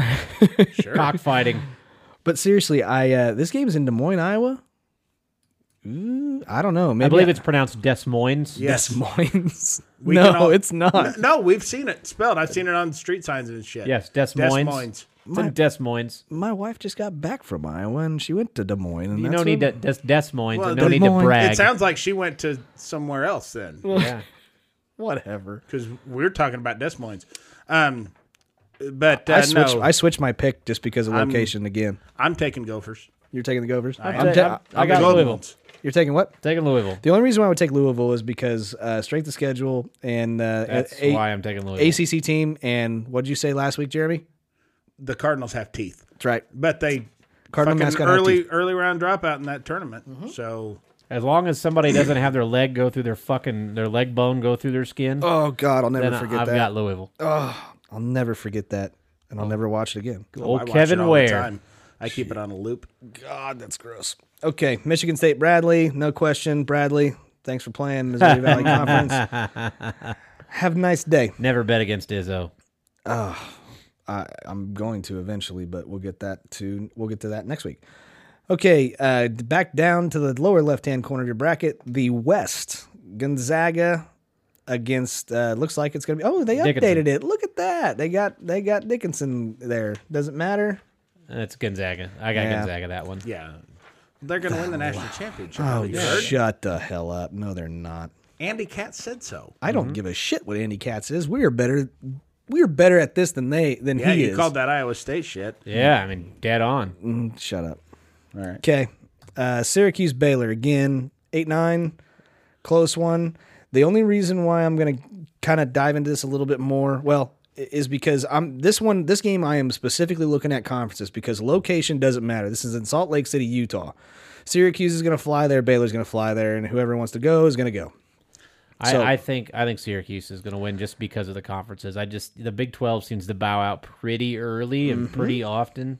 Speaker 3: Cockfighting.
Speaker 1: But seriously, I uh, this game's in Des Moines, Iowa. Ooh, I don't know. Maybe
Speaker 3: I believe it's pronounced Des Moines.
Speaker 2: Yes.
Speaker 1: Des Moines.
Speaker 2: We
Speaker 1: no,
Speaker 2: can all-
Speaker 1: it's not.
Speaker 2: No, we've seen it spelled. I've seen it on street signs and shit.
Speaker 3: Yes, Des
Speaker 2: Des
Speaker 3: Moines.
Speaker 2: Moines.
Speaker 3: It's in Des Moines.
Speaker 1: My wife just got back from Iowa and she went to Des Moines. And
Speaker 3: You
Speaker 1: that's
Speaker 3: don't need
Speaker 1: where-
Speaker 3: to Des, Des Moines.
Speaker 2: Well,
Speaker 3: and no
Speaker 2: Des
Speaker 3: need
Speaker 1: Moines.
Speaker 3: to brag.
Speaker 2: It sounds like she went to somewhere else then,
Speaker 3: yeah.
Speaker 1: Whatever.
Speaker 2: because we're talking about Des Moines. Um, but uh,
Speaker 1: I switched.
Speaker 2: no,
Speaker 1: I switched my pick just because of location again.
Speaker 2: I'm taking Gophers.
Speaker 1: You're taking the Gophers. I'm
Speaker 3: ta-
Speaker 1: ta-
Speaker 3: I'm- I got
Speaker 2: Golden
Speaker 3: Louisville.
Speaker 2: Ones.
Speaker 1: you're taking what?
Speaker 3: Taking Louisville.
Speaker 1: The only reason why I would take Louisville is because uh, strength of schedule and uh,
Speaker 3: That's
Speaker 1: a-
Speaker 3: why I'm taking Louisville.
Speaker 1: ACC team. And what did you say last week, Jeremy?
Speaker 2: The Cardinals have teeth,
Speaker 1: That's right.
Speaker 2: but they
Speaker 1: Cardinal
Speaker 2: fucking
Speaker 1: mascot had Mm-hmm.
Speaker 2: early early round dropout in that tournament. So
Speaker 3: As long as somebody doesn't have their leg go through their fucking their leg bone go through their skin,
Speaker 1: Oh God, I'll never
Speaker 3: then I-
Speaker 1: forget
Speaker 3: I've
Speaker 1: that.
Speaker 3: got Louisville.
Speaker 2: Oh,
Speaker 1: I'll never forget that, and I'll never watch it again. Oh,
Speaker 2: I
Speaker 3: Old
Speaker 2: watch it
Speaker 3: Kevin
Speaker 2: all the
Speaker 3: Ware.
Speaker 2: time. I keep it on a loop.
Speaker 1: God, that's gross. Okay, Michigan State Bradley, no question. Bradley, thanks for playing Missouri Valley Conference. Have a nice day.
Speaker 3: Never bet against Izzo.
Speaker 1: I, I'm going to eventually, but we'll get that to we'll get to that next week. Okay, uh, back down to the lower left hand corner of your bracket, the West Gonzaga against. Uh, looks like it's gonna be. Oh, they
Speaker 3: Dickinson.
Speaker 1: updated it. Look at that. They got they got Dickinson there. Doesn't matter.
Speaker 3: That's Gonzaga. I got
Speaker 1: Yeah.
Speaker 3: Gonzaga that one.
Speaker 2: Yeah, they're going to win the national championship.
Speaker 1: Oh,
Speaker 2: You heard?
Speaker 1: shut the hell up. No, they're not.
Speaker 2: Andy Katz said so.
Speaker 1: I don't give a shit what Andy Katz is. We are better. We are better at this than they than
Speaker 2: Yeah,
Speaker 1: he
Speaker 2: you
Speaker 1: is.
Speaker 2: called that Iowa State shit.
Speaker 3: Yeah, I mean, dead on.
Speaker 1: Shut up.
Speaker 2: All right.
Speaker 1: Okay. Uh, Syracuse Baylor again, eight nine, close one. The only reason why I'm gonna kind of dive into this a little bit more, well, i- is because I'm this one, this game I am specifically looking at conferences because location doesn't matter. This is in Salt Lake City, Utah. Syracuse is gonna fly there, Baylor's gonna fly there, and whoever wants to go is gonna go.
Speaker 3: I,
Speaker 1: So-
Speaker 3: I think I think Syracuse is going to win just because of the conferences. I just the Big Twelve seems to bow out pretty early and pretty often.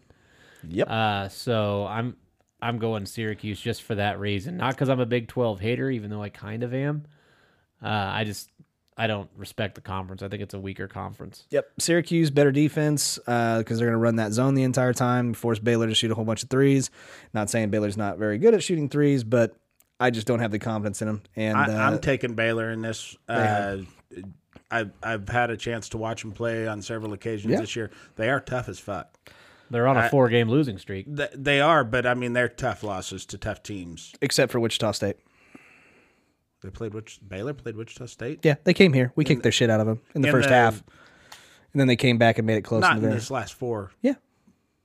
Speaker 1: Mm-hmm. Yep.
Speaker 3: Uh, so I'm I'm going Syracuse just for that reason, not because I'm a Big Twelve hater, even though I kind of am. Uh, I just I don't respect the conference. I think it's a weaker conference.
Speaker 1: Yep. Syracuse, better defense because they're going to run that zone the entire time, force Baylor to shoot a whole bunch of threes. Not saying Baylor's not very good at shooting threes, but I just don't have the confidence in them. And
Speaker 2: I,
Speaker 1: uh,
Speaker 2: I'm taking Baylor in this. Uh, I've I've had a chance to watch them play on several occasions
Speaker 1: Yeah.
Speaker 2: this year. They are tough as fuck.
Speaker 3: They're on a four game losing streak.
Speaker 2: Th- They are, but I mean, they're tough losses to tough teams.
Speaker 1: except for Wichita State.
Speaker 2: They played which Baylor played Wichita State.
Speaker 1: Yeah, they came here. We kicked their shit out of them in the
Speaker 2: in
Speaker 1: first
Speaker 2: the-
Speaker 1: half, and then they came back and made it close.
Speaker 2: Not
Speaker 1: in
Speaker 2: in
Speaker 1: the very-
Speaker 2: this last four
Speaker 1: Yeah,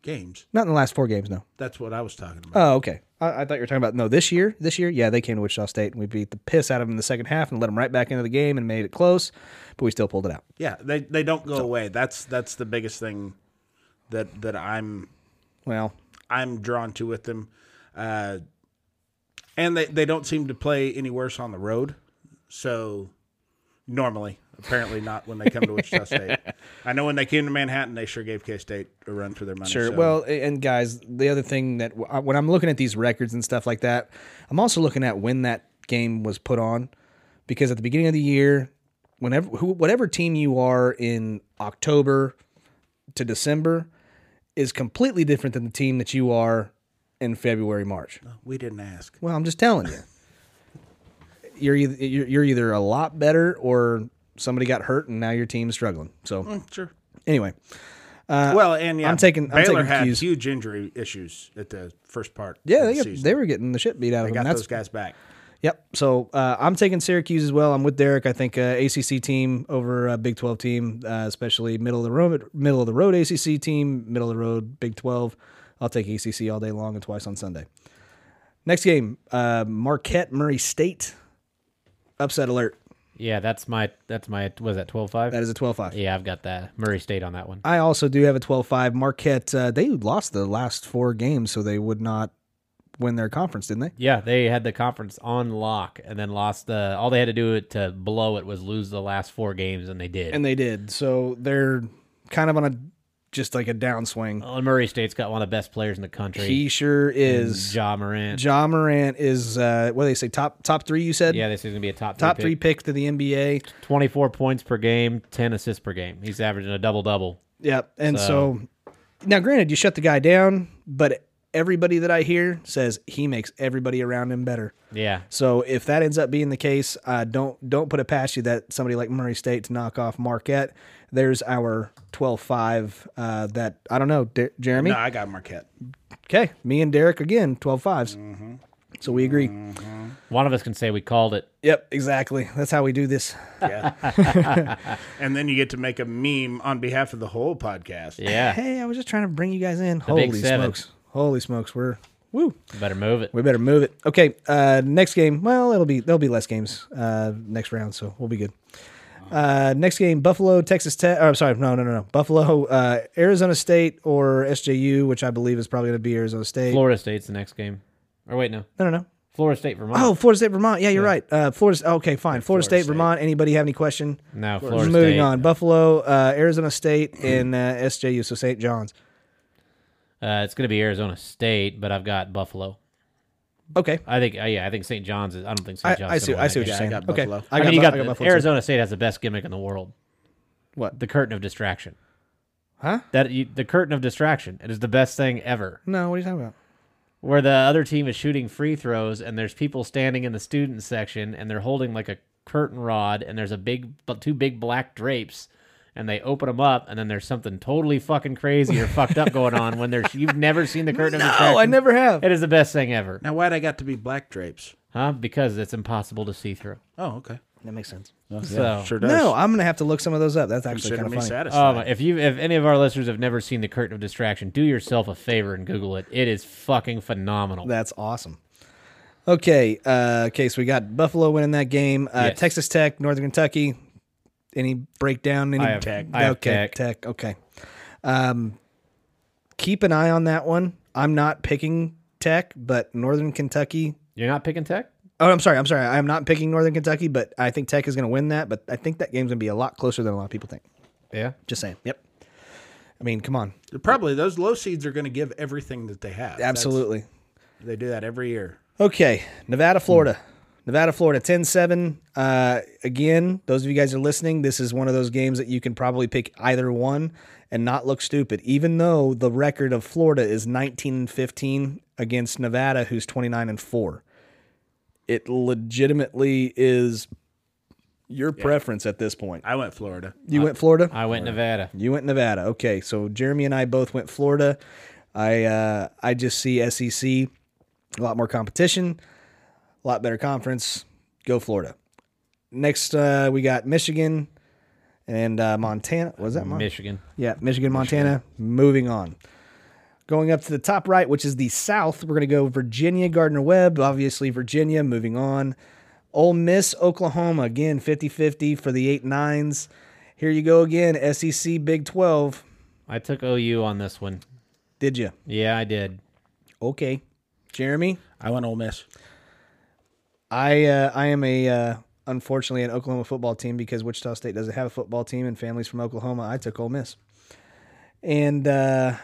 Speaker 2: games.
Speaker 1: not in the last four games. No.
Speaker 2: That's what I was talking about.
Speaker 1: Oh, okay. I, I thought you were talking about no this year. This year, yeah, they came to Wichita State and we beat the piss out of them in the second half and let them right back into the game and made it close, but we still pulled it out.
Speaker 2: Yeah, they they don't go away. That's that's the biggest thing that that I'm
Speaker 1: Well,
Speaker 2: I'm drawn to with them. Uh, and they, they don't seem to play any worse on the road. So normally, apparently not when they come to Wichita State. I know when they came to Manhattan, they sure gave K State a run for their money.
Speaker 1: Sure.
Speaker 2: so-
Speaker 1: Well, a- and guys, the other thing that w- when I'm looking at these records and stuff like that, I'm also looking at when that game was put on, because at the beginning of the year, whenever who, whatever team you are in October to December is completely different than the team that you are in February, March.
Speaker 2: we didn't ask.
Speaker 1: Well, I'm just telling you, you're either, you're you're either a lot better or somebody got hurt and now your team's struggling. So
Speaker 2: Sure.
Speaker 1: anyway,
Speaker 2: well, and yeah,
Speaker 1: uh, I'm taking- I'm
Speaker 2: Baylor
Speaker 1: taking
Speaker 2: had
Speaker 1: Hughes.
Speaker 2: huge injury issues at the first part.
Speaker 1: yeah,
Speaker 2: of
Speaker 1: they,
Speaker 2: the
Speaker 1: got,
Speaker 2: season.
Speaker 1: they were getting the shit beat out
Speaker 2: They
Speaker 1: of them.
Speaker 2: got
Speaker 1: That's
Speaker 2: those guys back.
Speaker 1: Yep. So uh, I'm taking Syracuse as well. I'm with Derek. I think uh, ACC team over uh, Big 12 team, uh, especially middle of the road, middle of the road ACC team, middle of the road Big 12. I'll take ACC all day long and twice on Sunday. Next game, uh, Marquette Murray State. Upset alert.
Speaker 3: Yeah, that's my that's my was that twelve
Speaker 1: That
Speaker 3: five?
Speaker 1: is a 12-5.
Speaker 3: Yeah, I've got that Murray State on that one.
Speaker 1: I also do have a 12-5. Marquette, uh, they lost the last four games, so they would not win their conference, didn't they?
Speaker 3: Yeah, they had the conference on lock and then lost the. All they had to do to blow it was lose the last four games, and they did.
Speaker 1: And they did. So they're kind of on a just like a downswing.
Speaker 3: Well, and Murray State's got one of the best players in the country.
Speaker 1: He sure is.
Speaker 3: Ja Morant.
Speaker 1: Ja Morant is uh, what do they say top top three? You said
Speaker 3: yeah, this is gonna be a top
Speaker 1: top
Speaker 3: three,
Speaker 1: three
Speaker 3: pick.
Speaker 1: pick to the NBA.
Speaker 3: Twenty four points per game, ten assists per game. He's averaging a double double.
Speaker 1: Yep. And so.
Speaker 3: So-
Speaker 1: now, granted, you shut the guy down, but everybody that I hear says he makes everybody around him better.
Speaker 3: Yeah,
Speaker 1: So if that ends up being the case, uh, don't don't put it past you that somebody like Murray State to knock off Marquette. There's our 12-5 uh, that I don't know, Der- Jeremy.
Speaker 2: No, I got Marquette.
Speaker 1: Okay, me and Derek again, 12 5s
Speaker 3: Mm-hmm.
Speaker 1: So we agree.
Speaker 3: one of us can say we called it.
Speaker 1: Yep, exactly. That's how we do this.
Speaker 2: Yeah. and then you get to make a meme on behalf of the whole podcast.
Speaker 3: Yeah,
Speaker 1: Hey, I was just trying to bring you guys in.
Speaker 3: big
Speaker 1: Holy
Speaker 3: seven.
Speaker 1: smokes. Holy smokes. We're woo.
Speaker 3: better move it.
Speaker 1: We better move it. Okay, uh next game. Well, it'll be there'll be less games uh next round, so we'll be good. Uh next game, Buffalo, Texas Tech. Oh, I'm sorry. No, no, no, no. Buffalo, uh Arizona State or SJU, which I believe is probably going to be Arizona State.
Speaker 3: Florida State's the next game. Or wait, no,
Speaker 1: No, no, no.
Speaker 3: Florida State, Vermont.
Speaker 1: Oh, Florida State, Vermont. Yeah, you're right. Uh Florida okay, fine. Florida, State, Vermont. Anybody have any question?
Speaker 3: no, Florida
Speaker 1: Moving
Speaker 3: State.
Speaker 1: on, Buffalo, uh, Arizona State, and uh, SJU, so St. John's.
Speaker 3: Uh, it's gonna be Arizona State, but I've got Buffalo.
Speaker 1: Okay,
Speaker 3: I think. Uh, yeah, I think St. John's is. I don't think
Speaker 1: I,
Speaker 3: St. John's.
Speaker 1: I see. I see what
Speaker 3: you.
Speaker 1: you're
Speaker 2: I
Speaker 1: saying.
Speaker 2: got
Speaker 1: okay,
Speaker 2: Buffalo.
Speaker 3: I mean, you
Speaker 1: Bu-
Speaker 3: got,
Speaker 1: I
Speaker 3: the-
Speaker 1: Buffalo
Speaker 3: Arizona State has the best gimmick in the world.
Speaker 1: What?
Speaker 3: The curtain of distraction.
Speaker 1: Huh?
Speaker 3: That you, the curtain of distraction. It is the best thing ever.
Speaker 1: State. No, what are you talking about?
Speaker 3: Where the other team is shooting free throws and there's people standing in the student section and they're holding like a curtain rod and there's a big but two big black drapes and they open them up and then there's something totally fucking crazy or fucked up going on when there's you've never seen the curtain of distraction.
Speaker 1: No, Oh, I never have.
Speaker 3: It is the best thing ever.
Speaker 2: Now, why'd I got to be black drapes?
Speaker 3: Huh? Because it's impossible to see through.
Speaker 2: Oh, okay.
Speaker 1: That makes sense.
Speaker 3: so
Speaker 2: Sure does.
Speaker 1: No, I'm gonna have to look some of those up. That's actually
Speaker 2: Consider
Speaker 1: kind of
Speaker 2: me
Speaker 1: funny.
Speaker 2: satisfied.
Speaker 3: Um, if you if any of our listeners have never seen the Curtain of Distraction, do yourself a favor and Google it. It is fucking phenomenal.
Speaker 1: That's awesome. Okay, uh, okay, so we got Buffalo winning that game. Uh,
Speaker 3: Yes.
Speaker 1: Texas Tech, Northern Kentucky. Any breakdown? Any
Speaker 3: I have
Speaker 1: tech?
Speaker 3: Tech. I have
Speaker 1: okay,
Speaker 3: Tech.
Speaker 1: Okay. Um, keep an eye on that one. I'm not picking Tech, but Northern Kentucky
Speaker 3: You're not picking Tech?
Speaker 1: Oh, I'm sorry. I'm sorry. I'm not picking Northern Kentucky, but I think Tech is going to win that. But I think that game's going to be a lot closer than a lot of people think.
Speaker 3: Yeah.
Speaker 1: Just saying. Yep. I mean, come on.
Speaker 2: Probably those low seeds are going to give everything that they have. That's-
Speaker 1: Absolutely.
Speaker 2: they do that every year.
Speaker 1: Okay. Nevada, Florida. Nevada, Florida, 10 7. Uh, again, those of you guys that are listening, this is one of those games that you can probably pick either one and not look stupid, even though the record of Florida is 19 and 15 against Nevada, who's 29 and 4. It legitimately is your preference at this point.
Speaker 2: I went Florida.
Speaker 1: You went Florida?
Speaker 3: I went Nevada.
Speaker 1: Uh, You went Nevada. Okay, so Jeremy and I both went Florida. I uh, I just see SEC a lot more competition, a lot better conference. Go Florida. Next, uh, we got Michigan and uh, Montana. Was that Montana?
Speaker 3: Michigan.
Speaker 1: Yeah, Michigan, Montana. Moving on. Going up to the top right, which is the South, we're going to go Virginia, Gardner Webb, obviously Virginia. Moving on. Ole Miss, Oklahoma, again 50 50 for the eight nines. Here you go again, SEC Big 12.
Speaker 3: I took OU on this one.
Speaker 1: Did you?
Speaker 3: Yeah, I did.
Speaker 1: Okay. Jeremy,
Speaker 2: I went Ole Miss.
Speaker 1: I uh, I am a uh, unfortunately an Oklahoma football team because Wichita State doesn't have a football team and families from Oklahoma. I took Ole Miss, and uh,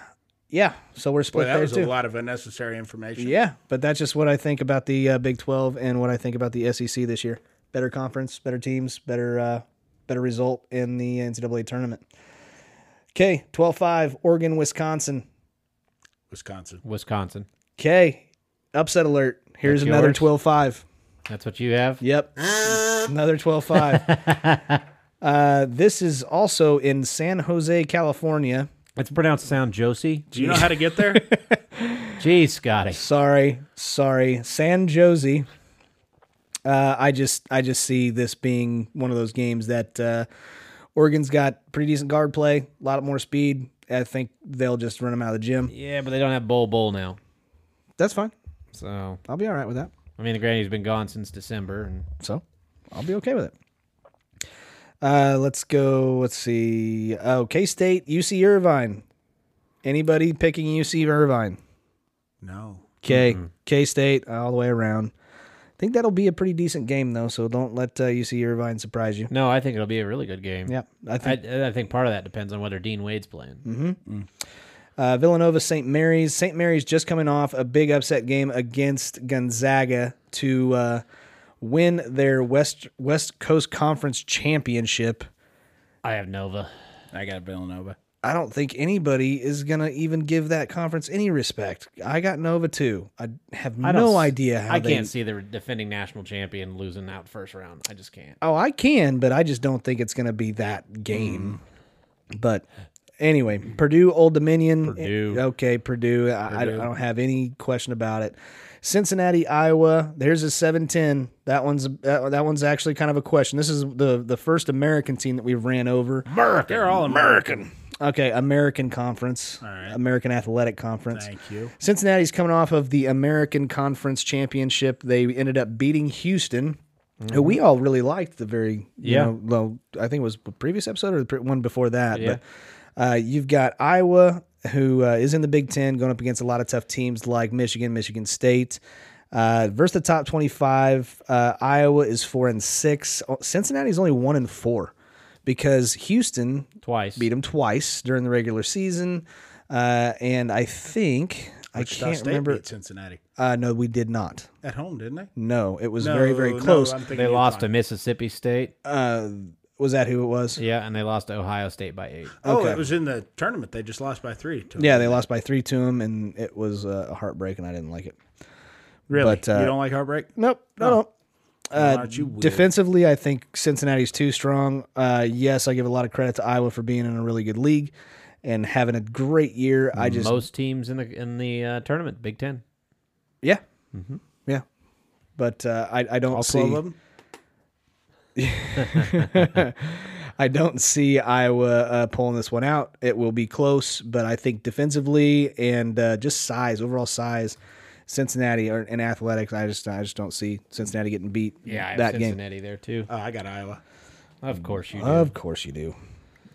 Speaker 1: yeah, so we're
Speaker 2: Boy,
Speaker 1: split
Speaker 2: that
Speaker 1: there
Speaker 2: was
Speaker 1: too.
Speaker 2: a lot of unnecessary information.
Speaker 1: Yeah, but that's just what I think about the uh, Big Twelve and what I think about the SEC this year. Better conference, better teams, better uh, better result in the NCAA tournament. Okay, 12-5, Oregon, Wisconsin.
Speaker 2: Wisconsin.
Speaker 3: Wisconsin.
Speaker 1: Okay, upset alert. Here's
Speaker 3: That's
Speaker 1: another
Speaker 3: yours?
Speaker 1: 12-5.
Speaker 3: That's what you have?
Speaker 1: Yep, another 12-5. uh, this is also in San Jose, California.
Speaker 3: It's pronounced sound Josie.
Speaker 2: Do you know how to get there?
Speaker 3: Jeez, Scotty.
Speaker 1: Sorry, sorry, San Jose. Uh, I just I just see this being one of those games that uh, Oregon's got pretty decent guard play, a lot more speed. I think they'll just run them out of the gym.
Speaker 3: Yeah, but they don't have Bull Bull now.
Speaker 1: That's fine.
Speaker 3: So,
Speaker 1: I'll be all right with that.
Speaker 3: I mean, the granny's been gone since December, and
Speaker 1: So I'll be okay with it. Uh, let's go. Let's see. Oh, K State, UC Irvine. Anybody picking UC Irvine?
Speaker 2: No.
Speaker 1: K
Speaker 3: Mm-hmm.
Speaker 1: K State all the way around. I think that'll be a pretty decent game though, so don't let uh, UC Irvine surprise you.
Speaker 3: no, I think it'll be a really good game.
Speaker 1: Yeah, I
Speaker 3: I,
Speaker 1: think
Speaker 3: I think part of that depends on whether Dean Wade's playing.
Speaker 1: uh, Villanova, St. Mary's. St. Mary's just coming off a big upset game against Gonzaga to uh, win their West West Coast Conference championship.
Speaker 3: I have Nova.
Speaker 2: I got Villanova.
Speaker 1: I don't think anybody is gonna even give that conference any respect. I got Nova too. I have
Speaker 3: I don't
Speaker 1: no
Speaker 3: s-
Speaker 1: idea how
Speaker 3: I
Speaker 1: they-
Speaker 3: can't see the defending national champion losing out first round. I just can't.
Speaker 1: Oh, I can, but I just don't think it's gonna be that game. But anyway, Purdue, Old Dominion.
Speaker 3: Purdue.
Speaker 1: Okay, Purdue. I, I don't have any question about it. Cincinnati, Iowa. There's a 7-10. That one's that, that one's actually kind of a question. This is the the first American team that we've ran over.
Speaker 2: They're all American.
Speaker 1: Okay, American Conference, American Athletic Conference.
Speaker 2: Thank you.
Speaker 1: Cincinnati's coming off of the American Conference Championship. They ended up beating Houston, who we all really liked. The very you
Speaker 3: Yeah.
Speaker 1: know, well, I think it was the previous episode or the pre- one before that. But uh, you've got Iowa, who uh, is in the Big Ten, going up against a lot of tough teams like Michigan, Michigan State. Uh, versus the top twenty-five, uh, Iowa is four and six. Cincinnati's only one and four because Houston
Speaker 3: Twice.
Speaker 1: beat them twice during the regular season. Uh, and I think I
Speaker 2: Wichita
Speaker 1: can't
Speaker 2: State
Speaker 1: remember.
Speaker 2: beat Cincinnati
Speaker 1: Uh, no, we did not.
Speaker 2: at home, didn't they?
Speaker 1: No, it was
Speaker 2: No,
Speaker 1: very very
Speaker 2: no,
Speaker 1: close.
Speaker 2: I'm thinking
Speaker 3: They
Speaker 2: you're
Speaker 3: lost
Speaker 2: fine.
Speaker 3: to Mississippi State.
Speaker 1: uh, was that who it was?
Speaker 3: Yeah, and they lost to Ohio State by eight.
Speaker 2: Oh,
Speaker 1: Okay.
Speaker 2: it was in the tournament. They just lost by three. To
Speaker 1: Yeah, they lost by three to him, and it was uh, a heartbreak, and I didn't like it.
Speaker 2: really.
Speaker 1: but, uh,
Speaker 2: you don't like heartbreak?
Speaker 1: Nope, no, no.
Speaker 2: Aren't you weird?
Speaker 1: Defensively, I think Cincinnati's too strong. Uh, yes, I give a lot of credit to Iowa for being in a really good league and having a great year. I just,
Speaker 3: Most teams in the in the uh, tournament, Big Ten.
Speaker 1: yeah,
Speaker 3: Mm-hmm.
Speaker 1: yeah. But uh, I, I don't
Speaker 2: all
Speaker 1: see.
Speaker 2: twelve of them.
Speaker 1: I don't see Iowa uh, pulling this one out. It will be close, but I think defensively and uh, just size, overall size, Cincinnati or in athletics, I just I just don't see Cincinnati getting beat.
Speaker 3: I have
Speaker 1: that game. uh,
Speaker 3: Cincinnati there too.
Speaker 2: Oh, I got Iowa.
Speaker 3: Of course you do.
Speaker 1: Of course you do.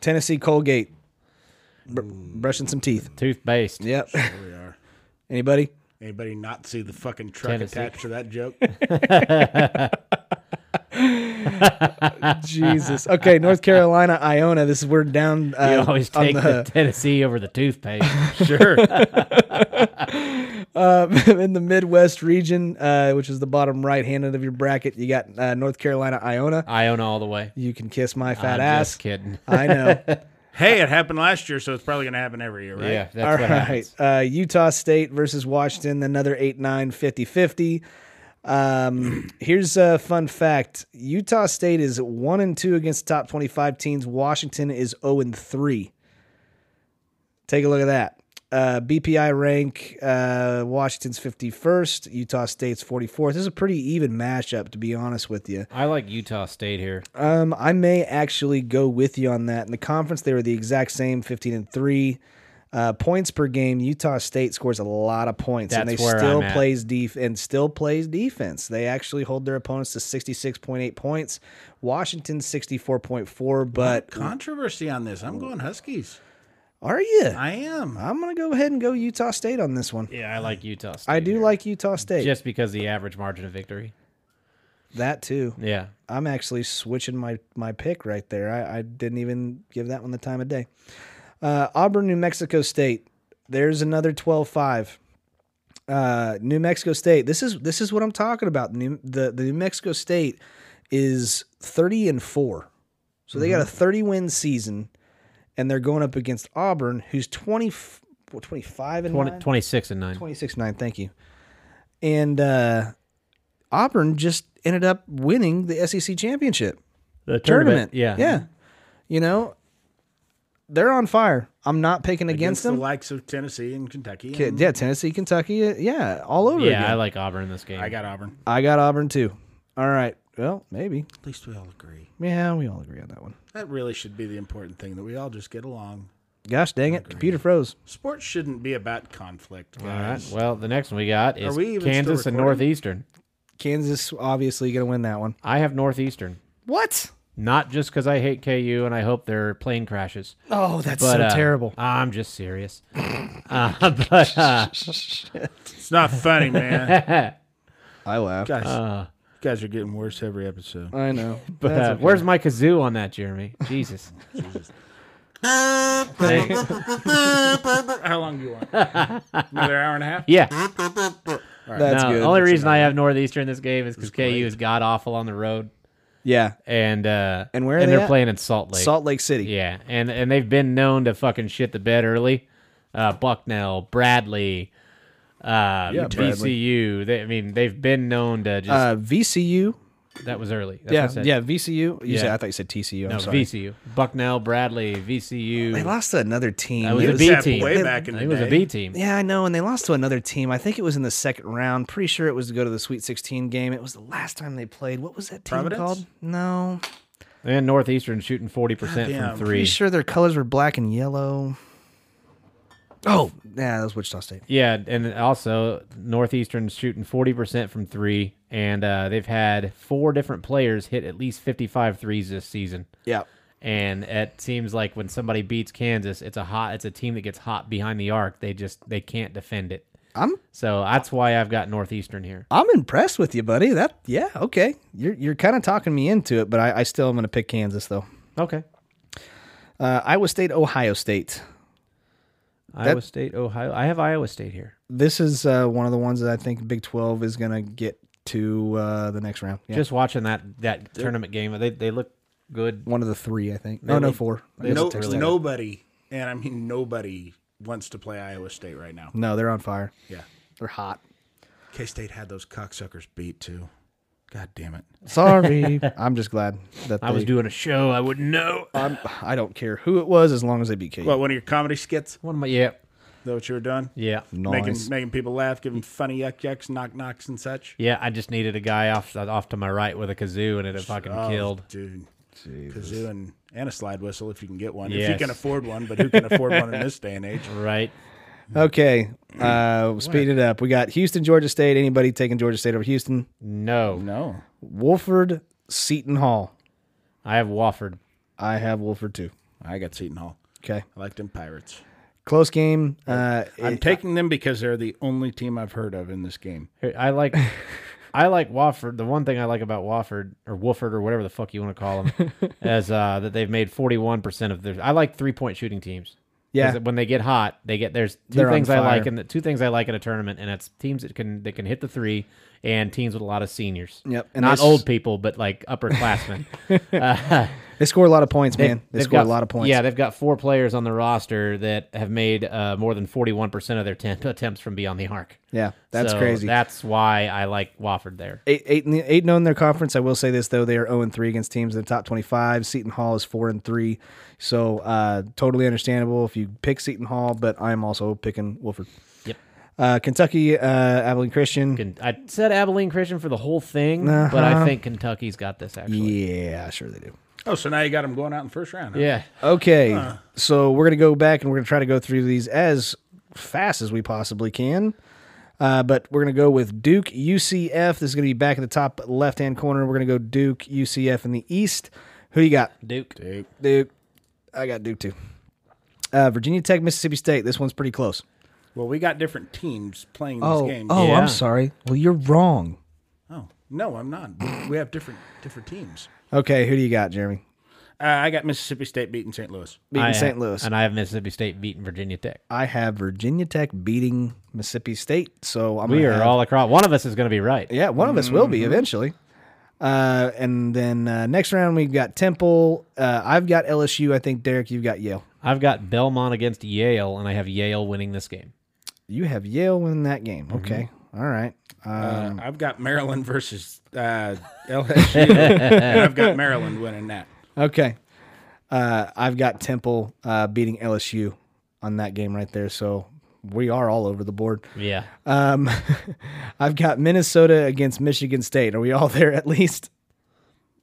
Speaker 1: Tennessee Colgate, Br- brushing some teeth.
Speaker 3: Toothpaste.
Speaker 1: Yep.
Speaker 2: Here we are.
Speaker 1: Anybody?
Speaker 2: Anybody not see the fucking truck
Speaker 3: Tennessee.
Speaker 2: attached to that joke?
Speaker 1: Jesus. Okay, North Carolina, Iona. This is we're down. Uh,
Speaker 3: You always
Speaker 1: on
Speaker 3: take the Tennessee over the toothpaste.
Speaker 2: sure.
Speaker 1: in the Midwest region, uh, which is the bottom right-handed of your bracket. You got uh, North Carolina, Iona.
Speaker 3: Iona all the way.
Speaker 1: You can kiss my
Speaker 3: I'm
Speaker 1: fat ass.
Speaker 3: Just kidding.
Speaker 1: I know.
Speaker 2: hey, it happened last year, so it's probably going to happen every year, right?
Speaker 3: Yeah, that's
Speaker 1: All
Speaker 3: what
Speaker 1: right.
Speaker 3: happens.
Speaker 1: Uh, Utah State versus Washington, another 8 9 50 50. Um, here's a fun fact Utah State is 1 and 2 against the top 25 teams. Washington is 0 and 3. Take a look at that. Uh, BPI rank uh, Washington's 51st, Utah State's 44th. This is a pretty even matchup, to be honest with you.
Speaker 3: I like Utah State here.
Speaker 1: Um, I may actually go with you on that. In the conference, they were the exact same, fifteen and three. Uh, points per game, Utah State scores a lot of points, and they
Speaker 3: That's where
Speaker 1: still
Speaker 3: I'm at.
Speaker 1: plays def- and still plays defense. They actually hold their opponents to sixty six point eight points. Washington sixty four point four, but
Speaker 2: Controversy on this. I'm going Huskies.
Speaker 1: are you?
Speaker 2: I am.
Speaker 1: I'm gonna go ahead and go Utah State on this one.
Speaker 3: Yeah, I like Utah State.
Speaker 1: I do like Utah State.
Speaker 3: just because the average margin of victory.
Speaker 1: that too.
Speaker 3: Yeah.
Speaker 1: I'm actually switching my my pick right there. I, I didn't even give that one the time of day. Uh, Auburn, New Mexico State. There's another 12-5. Uh, New Mexico State. This is this is what I'm talking about. New, the the New Mexico State is 30 and four, so they got a 30 win season, and they're going up against Auburn, who's 20, what, 25 and
Speaker 3: 20,
Speaker 1: nine?
Speaker 3: 26 and 9.
Speaker 1: 26 9 thank you and uh auburn just ended up winning the sec championship
Speaker 3: The
Speaker 1: tournament
Speaker 3: Yeah.
Speaker 1: yeah you know they're on fire i'm not picking against,
Speaker 2: Against the
Speaker 1: them
Speaker 2: likes of Tennessee and Kentucky.
Speaker 1: K-
Speaker 2: and
Speaker 1: yeah tennessee kentucky uh, yeah all over
Speaker 3: Yeah,
Speaker 1: again.
Speaker 3: I like Auburn in this game.
Speaker 2: I got Auburn.
Speaker 1: I got auburn too All right. Well, maybe.
Speaker 2: At least we all agree.
Speaker 1: Yeah, we all agree on that one.
Speaker 2: That really should be the important thing that we all just get along.
Speaker 1: Gosh dang it. Computer froze.
Speaker 2: Sports shouldn't be about conflict.
Speaker 3: All right.
Speaker 2: guys.
Speaker 3: Well, the next one we got
Speaker 2: Are
Speaker 3: is
Speaker 2: we even still
Speaker 3: Kansas and
Speaker 2: recording?
Speaker 3: Northeastern.
Speaker 1: Kansas obviously going to win that one.
Speaker 3: I have Northeastern,
Speaker 1: What?
Speaker 3: not just because I hate KU and I hope their plane crashes.
Speaker 1: Oh, that's
Speaker 3: But
Speaker 1: so
Speaker 3: uh,
Speaker 1: terrible.
Speaker 3: I'm just serious. uh, but uh,
Speaker 2: It's not funny, man.
Speaker 1: I laughed.
Speaker 2: guys, you guys are getting worse every episode.
Speaker 1: I know.
Speaker 3: But
Speaker 1: That's
Speaker 3: uh,
Speaker 1: okay.
Speaker 3: where's my kazoo on that, Jeremy? Jesus. Hey,
Speaker 2: How long do you want? Another hour and a half?
Speaker 3: yeah.
Speaker 1: That's
Speaker 3: uh, no,
Speaker 1: good.
Speaker 3: the only reason I have Northeastern in this game is because KU is god awful on the road,
Speaker 1: yeah.
Speaker 3: and uh,
Speaker 1: And where are
Speaker 3: and
Speaker 1: they
Speaker 3: are
Speaker 1: at?
Speaker 3: playing in Salt Lake.
Speaker 1: Salt Lake City.
Speaker 3: Yeah, and and they've been known to fucking shit the bed early. Uh, Bucknell, Bradley, uh, TCU. They, I mean, they've been known to just
Speaker 1: Uh, VCU.
Speaker 3: that was early. That's what I
Speaker 1: Yeah.
Speaker 3: said.
Speaker 1: Yeah. VCU. You
Speaker 3: Yeah.
Speaker 1: said, I thought you said TCU. I'm
Speaker 3: no,
Speaker 1: sorry.
Speaker 3: VCU, Bucknell, Bradley, VCU.
Speaker 1: They lost to another team.
Speaker 3: That was
Speaker 1: It
Speaker 3: a
Speaker 2: It was
Speaker 3: B
Speaker 2: that
Speaker 3: team.
Speaker 2: Way back in the
Speaker 3: I think it was
Speaker 2: day.
Speaker 3: a B team.
Speaker 1: Yeah, I know. And they lost to another team. I think it was in the second round. Pretty sure it was to go to the Sweet 16 game. It was the last time they played. What was that team
Speaker 2: Providence?
Speaker 1: called? No.
Speaker 3: And Northeastern shooting forty percent
Speaker 2: Goddamn.
Speaker 3: from
Speaker 1: Pretty
Speaker 3: three.
Speaker 1: sure their colors were black and yellow. Oh, yeah, that was Wichita State.
Speaker 3: Yeah, and also Northeastern's shooting forty percent from three, and uh, they've had four different players hit at least 55 threes this season.
Speaker 1: Yeah.
Speaker 3: And it seems like when somebody beats Kansas, it's a hot, it's a team that gets hot behind the arc. They just they can't defend it.
Speaker 1: I'm
Speaker 3: So that's why I've got Northeastern here.
Speaker 1: I'm impressed with you, buddy. That yeah, okay. You're you're kind of talking me into it, but I, I still am going to pick Kansas though.
Speaker 3: Okay,
Speaker 1: Uh, Iowa State, Ohio State.
Speaker 3: Iowa State, Ohio. I have Iowa State here.
Speaker 1: This is uh, one of the ones that I think Big Twelve is going to get to uh, the next round. Yeah.
Speaker 3: Just watching that that tournament game, they they look good.
Speaker 1: one of the three, I think. Oh, No, no, four. I guess
Speaker 2: No,
Speaker 1: it's Texas Tech.
Speaker 2: nobody, and I mean nobody, wants to play Iowa State right now.
Speaker 1: no, they're on fire.
Speaker 2: Yeah.
Speaker 1: They're hot.
Speaker 2: K State had those cocksuckers beat too. God damn it.
Speaker 1: Sorry, I'm just glad that
Speaker 3: I was
Speaker 1: they-
Speaker 3: doing a show, I wouldn't know.
Speaker 1: I'm, I don't care who it was, as long as they beat KU.
Speaker 2: What, one of your comedy skits? Is
Speaker 3: One of my yeah
Speaker 2: that what you were doing?
Speaker 3: yeah.
Speaker 1: Nice.
Speaker 2: Making making people laugh, giving funny yuck yucks, knock knocks and such.
Speaker 3: Yeah, I just needed a guy off off to my right with a kazoo, and it had fucking killed.
Speaker 2: Dude. Kazoo and, and a slide whistle if you can get one. If you
Speaker 3: Yes.
Speaker 2: can afford one, but who can afford one in this day and age?
Speaker 3: Right?
Speaker 1: Okay, uh, we'll speed it up. We got Houston, Georgia State. Anybody taking Georgia State over Houston?
Speaker 3: No,
Speaker 2: No.
Speaker 1: Wolford, Seton Hall.
Speaker 3: I have Wofford.
Speaker 1: I have Wolford too.
Speaker 2: I got Seton Hall.
Speaker 1: Okay,
Speaker 2: I like them pirates.
Speaker 1: close game. Uh,
Speaker 2: I'm
Speaker 1: it-
Speaker 2: taking them because they're the only team I've heard of in this game.
Speaker 3: Here, I like, I like Wofford. The one thing I like about Wofford or Wolford or whatever the fuck you want to call them, is uh, that they've made forty one percent of their. I like three point shooting teams. 'Cause
Speaker 1: Yeah.
Speaker 3: when they get hot, they get there's 2
Speaker 1: They're on
Speaker 3: things I like
Speaker 1: fire.
Speaker 3: in the two things I like in a tournament, and it's teams that can that can hit the three and teams with a lot of seniors.
Speaker 1: Yep, and
Speaker 3: and not
Speaker 1: they s-
Speaker 3: old people, but like upperclassmen.
Speaker 1: they score a lot of points, man. They
Speaker 3: They've
Speaker 1: score
Speaker 3: got-
Speaker 1: a lot of points.
Speaker 3: Yeah, they've got four players on the roster that have made uh, more than 41% of their temp- attempts from beyond the arc.
Speaker 1: yeah, that's
Speaker 3: So
Speaker 1: crazy.
Speaker 3: That's why I like Wofford there.
Speaker 1: Eight, eight, and- eight and zero in their conference. I will say this though, they are zero and three against teams in the top twenty-five. Seton Hall is four and three, so uh, totally understandable if you pick Seton Hall. But I'm also picking Wolford.
Speaker 3: Yep.
Speaker 1: Uh, Kentucky, uh, Abilene Christian.
Speaker 3: Can- I said Abilene Christian for the whole thing, but I think Kentucky's got this actually.
Speaker 1: yeah, sure they do.
Speaker 2: Oh, so now you got them going out in first round. huh?
Speaker 3: Yeah.
Speaker 1: Okay, so we're gonna go back and we're gonna try to go through these as fast as we possibly can. Uh, but we're gonna go with Duke UCF. This is gonna be back in the top left-hand corner. We're gonna go Duke UCF in the East. Who do you got?
Speaker 3: Duke.
Speaker 1: Duke. I got Duke too. Uh, Virginia Tech, Mississippi State. This one's pretty close.
Speaker 2: Well, we got different teams playing this game.
Speaker 3: Yeah.
Speaker 1: Oh, sorry. Well, you're wrong.
Speaker 2: Oh, no, I'm not. We- We have different different teams.
Speaker 1: Okay, who do you got, Jeremy?
Speaker 2: Uh, I got Mississippi State beating St. Louis.
Speaker 1: Beating
Speaker 3: I-
Speaker 1: St. Louis.
Speaker 3: And I have Mississippi State beating Virginia Tech.
Speaker 1: I have Virginia Tech beating Mississippi State. So I'm
Speaker 3: We
Speaker 1: gonna
Speaker 3: are
Speaker 1: have-
Speaker 3: all Mm-hmm. across. One of us is going to be right.
Speaker 1: Yeah, one of us will be eventually. Uh, and then uh, next round we've got Temple. Uh, I've got LSU. I think Derek, you've got Yale.
Speaker 3: I've got Belmont against Yale, and I have Yale winning this game.
Speaker 1: You have Yale winning that game. Okay,
Speaker 3: Mm-hmm.
Speaker 1: all right. Uh,
Speaker 2: Uh, I've got Maryland versus uh, LSU, and I've got Maryland winning that.
Speaker 1: okay. Uh, I've got Temple uh, beating LSU on that game right there. So we are all over the board.
Speaker 3: Yeah.
Speaker 1: Um, I've got Minnesota against Michigan State. Are we all there at least?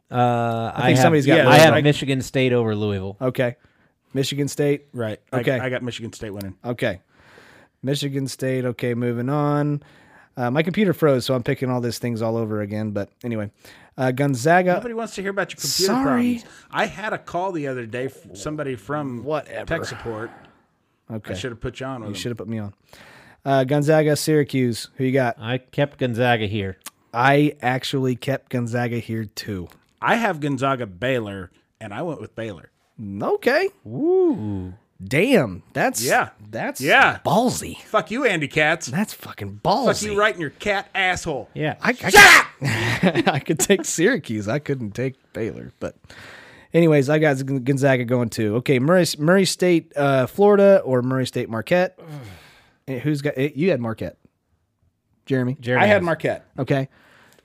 Speaker 3: Uh, I,
Speaker 1: think
Speaker 3: have,
Speaker 1: somebody's got
Speaker 3: yeah, I
Speaker 1: Louisville,
Speaker 3: have
Speaker 1: right?
Speaker 3: Michigan State over Louisville.
Speaker 1: Okay. Michigan State.
Speaker 2: Right.
Speaker 1: Okay.
Speaker 2: I, I got Michigan State winning.
Speaker 1: Okay. Michigan State. Okay, moving on. Uh, my computer froze, so I'm picking all these things all over again. But anyway, uh, Gonzaga.
Speaker 2: Nobody wants to hear about your computer
Speaker 1: Sorry.
Speaker 2: problems. I had a call the other day from somebody from
Speaker 1: Whatever.
Speaker 2: tech support.
Speaker 1: Okay.
Speaker 2: I should have put you on with
Speaker 1: You
Speaker 2: them.
Speaker 1: should have put me on. Uh, Gonzaga, Syracuse. Who you got?
Speaker 3: I kept Gonzaga here.
Speaker 1: I actually kept Gonzaga here too.
Speaker 2: I have Gonzaga Baylor, and I went with Baylor.
Speaker 1: Okay.
Speaker 3: Ooh.
Speaker 1: Damn. That's
Speaker 2: Yeah.
Speaker 1: That's
Speaker 2: Yeah.
Speaker 1: ballsy.
Speaker 2: Fuck you, Andy Katz.
Speaker 1: That's fucking
Speaker 2: Fuck
Speaker 1: ballsy.
Speaker 2: you right in your cat asshole.
Speaker 3: Yeah.
Speaker 1: I, I, I could take Syracuse. I couldn't take Baylor. But, anyways, I got Gonzaga going too. Okay, Murray Murray State, uh, Florida, or Murray State Marquette. Eh, Who's got? eh, You had Marquette, Jeremy.
Speaker 3: Jeremy
Speaker 2: I had
Speaker 3: has-
Speaker 2: Marquette.
Speaker 1: Okay,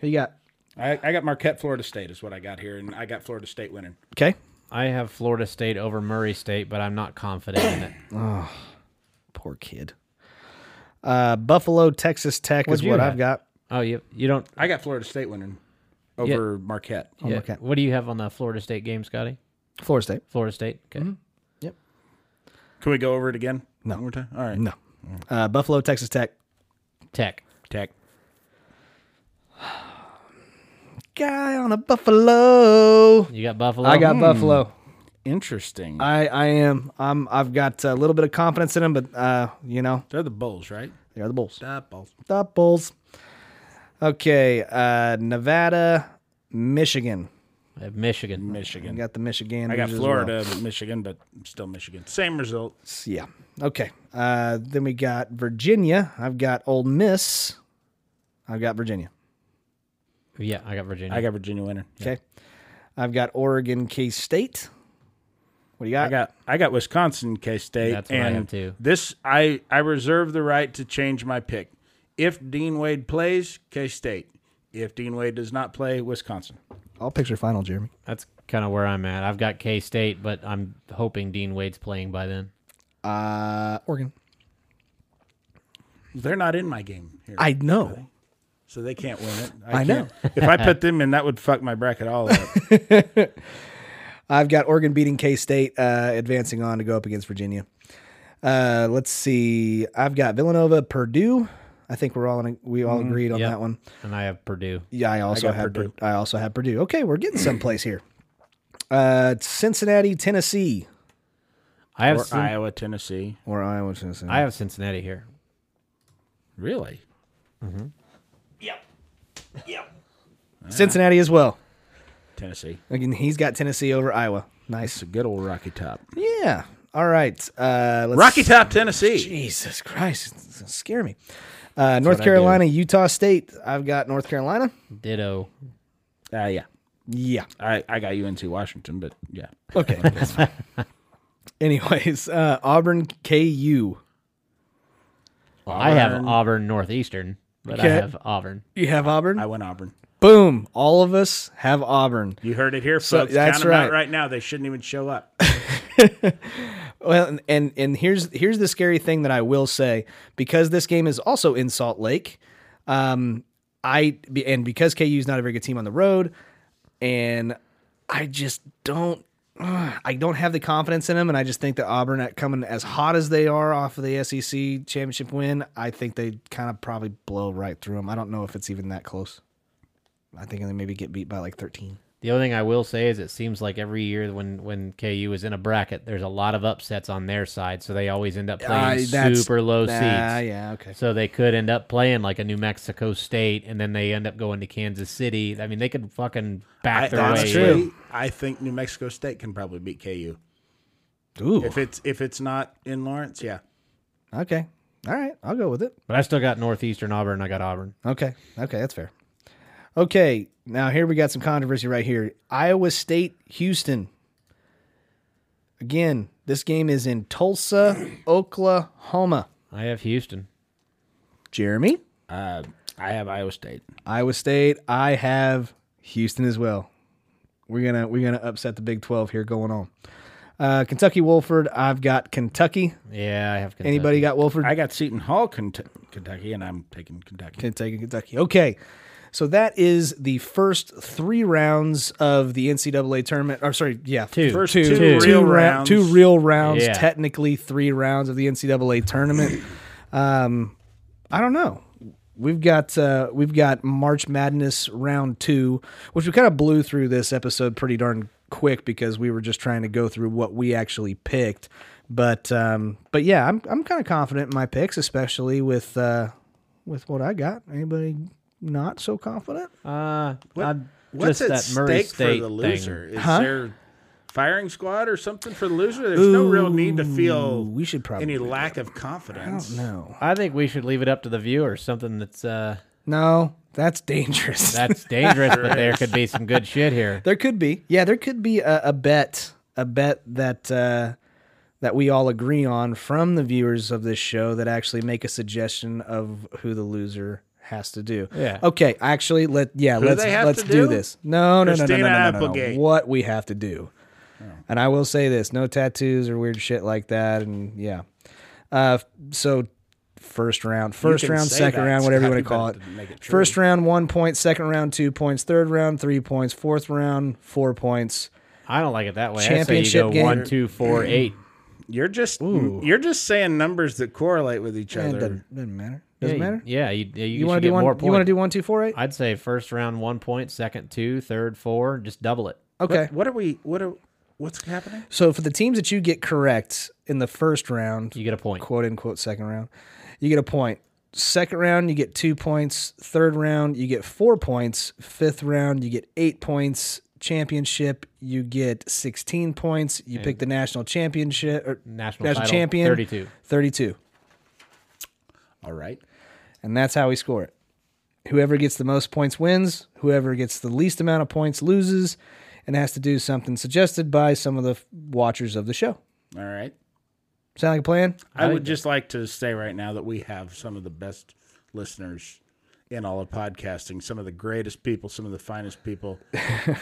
Speaker 1: who you got?
Speaker 2: I, I got Marquette, Florida State is what I got here, and I got Florida State winning.
Speaker 1: Okay,
Speaker 3: I have Florida State over Murray State, but I'm not confident in it.
Speaker 1: poor kid. Uh, Buffalo, Texas Tech is
Speaker 3: What'd you
Speaker 1: what
Speaker 3: have?
Speaker 1: I've got.
Speaker 3: Oh, you you don't.
Speaker 2: I got Florida State winning over Marquette.
Speaker 3: yeah.
Speaker 1: okay.
Speaker 3: What do you have on the Florida State game, Scotty?
Speaker 1: Florida State.
Speaker 3: Florida State. Okay.
Speaker 2: Can we go over it again? No. One more time? All right.
Speaker 1: No, uh, Buffalo, Texas Tech.
Speaker 3: Tech.
Speaker 2: Tech.
Speaker 1: Guy on a Buffalo.
Speaker 3: You got Buffalo.
Speaker 1: I got Buffalo.
Speaker 2: Interesting.
Speaker 1: I, I am. I'm. I've got a little bit of confidence in them, but uh, you know,
Speaker 2: They're the Bulls, right?
Speaker 1: they are the Bulls.
Speaker 2: The Bulls.
Speaker 1: The Bulls. Okay, uh, Nevada, Michigan.
Speaker 3: I have Michigan.
Speaker 1: I
Speaker 2: Michigan.
Speaker 1: got the Michigan.
Speaker 2: I got Florida, Michigan, but still Michigan. Same result.
Speaker 1: Yeah. Okay. Uh, then we got Virginia. I've got Ole Miss. I've got Virginia.
Speaker 3: Yeah, I got Virginia.
Speaker 2: I got Virginia winning.
Speaker 1: Okay. I've got Oregon, K State. What do you got?
Speaker 2: I got I got Wisconsin, K State.
Speaker 3: That's what I have, too.
Speaker 2: This I I reserve the right to change my pick. If Dean Wade plays, K State. If Dean Wade does not play, Wisconsin.
Speaker 1: I'll picture final, Jeremy.
Speaker 3: That's kind of where I'm at. I've got K State, but I'm hoping Dean Wade's playing by then.
Speaker 1: Uh, Oregon.
Speaker 2: They're not in my game here,
Speaker 1: I know.
Speaker 2: so they can't win it.
Speaker 1: I know.
Speaker 2: can't. if I put them in, that would fuck my bracket all up.
Speaker 1: I've got Oregon beating K State, uh, advancing on to go up against Virginia. Uh, let's see. I've got Villanova, Purdue. I think we're all in, we all agreed on
Speaker 3: yep.
Speaker 1: that one.
Speaker 3: And I have Purdue.
Speaker 1: Yeah, I also
Speaker 2: got
Speaker 1: have Purdue.
Speaker 2: Purdue.
Speaker 1: I also have Purdue. Okay, we're getting someplace here. Uh, Cincinnati, Tennessee,
Speaker 3: I have
Speaker 2: or
Speaker 3: Cin- I,
Speaker 2: Iowa, Tennessee.
Speaker 1: or Iowa, Tennessee.
Speaker 3: have Cincinnati here.
Speaker 2: Really?
Speaker 1: Cincinnati as well.
Speaker 2: Tennessee.
Speaker 1: Again, he's got Tennessee over Iowa.
Speaker 2: It's
Speaker 1: Nice.
Speaker 2: a good old Rocky Top.
Speaker 1: Yeah. All right. Uh, let's
Speaker 2: Rocky Top, Tennessee.
Speaker 1: Jesus Christ, it's gonna scare me. Uh, North Carolina, Utah State. I've got North Carolina.
Speaker 3: Ditto.
Speaker 2: Ah, yeah.
Speaker 1: Yeah.
Speaker 2: I, I got UNC Washington, but yeah.
Speaker 1: Okay. that's fine. Anyways, uh, Auburn KU.
Speaker 3: I have Auburn Northeastern, but I
Speaker 1: Okay.
Speaker 3: have Auburn.
Speaker 1: You have Auburn?
Speaker 2: I went Auburn.
Speaker 1: Boom. All of us have Auburn.
Speaker 2: You heard it here, folks.
Speaker 1: So, that's
Speaker 2: Count 'em out
Speaker 1: right.
Speaker 2: right now. They shouldn't even show up.
Speaker 1: Well, and, and and here's here's the scary thing that I will say because this game is also in Salt Lake. Um, I be- and because KU is not a very good team on the road, and I just don't. ugh, I don't have the confidence in them, and I just think that Auburn, at coming as hot as they are off of the SEC championship win, I think they kind of probably blow right through them. I don't know if it's even that close. I think they maybe get beat by like thirteen.
Speaker 3: The only thing I will say is it seems like every year when, when KU is in a bracket, there's a lot of upsets on their side, so they always end up playing super low
Speaker 1: nah,
Speaker 3: seeds.
Speaker 1: Yeah, okay.
Speaker 3: So they could end up playing like a New Mexico State, and then they end up going to Kansas City. I mean, they could fucking back
Speaker 2: I,
Speaker 3: their way.
Speaker 2: honestly,
Speaker 3: in.
Speaker 2: I think New Mexico State can probably beat KU
Speaker 1: Ooh,
Speaker 2: if it's if it's not in Lawrence. Yeah,
Speaker 1: okay, all right, I'll go with it.
Speaker 3: But I still got Northeastern Auburn. I got Auburn.
Speaker 1: Okay. Okay, that's fair. Okay, now here we got some controversy right here. Iowa State, Houston. Again, this game is in Tulsa, Oklahoma.
Speaker 3: I have Houston.
Speaker 1: Jeremy,
Speaker 2: uh, I have Iowa State.
Speaker 1: Iowa State. I have Houston as well. We're gonna we're gonna upset the Big Twelve here going on. Uh, Kentucky Wolford, I've got Kentucky.
Speaker 3: Yeah, I have Kentucky.
Speaker 1: Anybody got Wolford?
Speaker 2: I got Seton Hall, Kent- Kentucky, and I'm taking Kentucky.
Speaker 1: Kentucky, taking Kentucky. Okay. So that is the first three rounds of the NCAA tournament. Or sorry, yeah,
Speaker 3: Two.
Speaker 2: First
Speaker 1: two,
Speaker 2: two
Speaker 1: two
Speaker 2: real
Speaker 1: ra-
Speaker 2: rounds.
Speaker 1: two real rounds.
Speaker 3: Yeah.
Speaker 1: Technically, three rounds of the NCAA tournament. um, I don't know. We've got uh, we've got March Madness round two, which we kind of blew through this episode pretty darn quick because we were just trying to go through what we actually picked. But um, but yeah, I'm I'm kind of confident in my picks, especially with uh, with what I got. Anybody not so confident?
Speaker 3: Uh, I'm
Speaker 2: What's
Speaker 3: just
Speaker 2: at
Speaker 3: that Murray
Speaker 2: stake
Speaker 3: State
Speaker 2: for the
Speaker 3: thing.
Speaker 2: loser? Is there firing squad or something for the loser? There's no real need to feel
Speaker 1: we should probably
Speaker 2: any lack of confidence.
Speaker 1: No,
Speaker 3: I think we should leave it up to the viewers. Something that's uh,
Speaker 1: no, that's dangerous.
Speaker 3: that's dangerous, but there could be some good shit here.
Speaker 1: There could be. Yeah, there could be a, a bet, a bet that uh, that we all agree on from the viewers of this show that actually make a suggestion of who the loser has to do.
Speaker 3: Yeah.
Speaker 1: Okay, actually let yeah,
Speaker 2: do
Speaker 1: let's
Speaker 2: they have
Speaker 1: let's
Speaker 2: to
Speaker 1: do
Speaker 2: do?
Speaker 1: this. No, no, no, no, no,
Speaker 2: Christina
Speaker 1: no, no, no, no.
Speaker 2: Applegate. Oh.
Speaker 1: What we have to do. And I will say this, no tattoos or weird shit like that and yeah. Uh so first round, first
Speaker 2: can
Speaker 1: round,
Speaker 2: say
Speaker 1: second
Speaker 2: that,
Speaker 1: round, whatever you want
Speaker 2: Scott. You
Speaker 1: to call it.
Speaker 2: better make it true.
Speaker 1: First round 1 point, second round 2 points, third round 3 points, fourth round 4 points.
Speaker 3: I don't like it that way.
Speaker 1: Championship
Speaker 3: I say you
Speaker 1: game.
Speaker 3: go one, two, four, eight.
Speaker 2: You're just you're just saying numbers that correlate with each
Speaker 1: And uh,
Speaker 2: other.
Speaker 1: doesn't, doesn't matter. Doesn't
Speaker 3: yeah, you-
Speaker 1: matter.
Speaker 3: Yeah, you, yeah, you,
Speaker 1: You
Speaker 3: want to
Speaker 1: do one
Speaker 3: more points.
Speaker 1: you want to do 1 2 4 8?
Speaker 3: I'd say first round one point, second two, third four, just double it.
Speaker 1: Okay.
Speaker 2: What are we? What are? What's happening?
Speaker 1: So for the teams that you get correct in the first round,
Speaker 3: You get a point.
Speaker 1: quote unquote second round, you get a point. Second round, you get two points. Third round, you get four points. Fifth round, you get eight points. Championship, you get 16 points. You pick the national championship or
Speaker 3: National title,
Speaker 1: champion,
Speaker 3: 32.
Speaker 1: 32.
Speaker 2: All right.
Speaker 1: And that's how we score it. Whoever gets the most points wins, whoever gets the least amount of points loses, and has to do something suggested by some of the f- watchers of the show.
Speaker 2: All right.
Speaker 1: Sound like a plan?
Speaker 2: I, would just like to say right now that we have some of the best listeners in all of podcasting, some of the greatest people, some of the finest people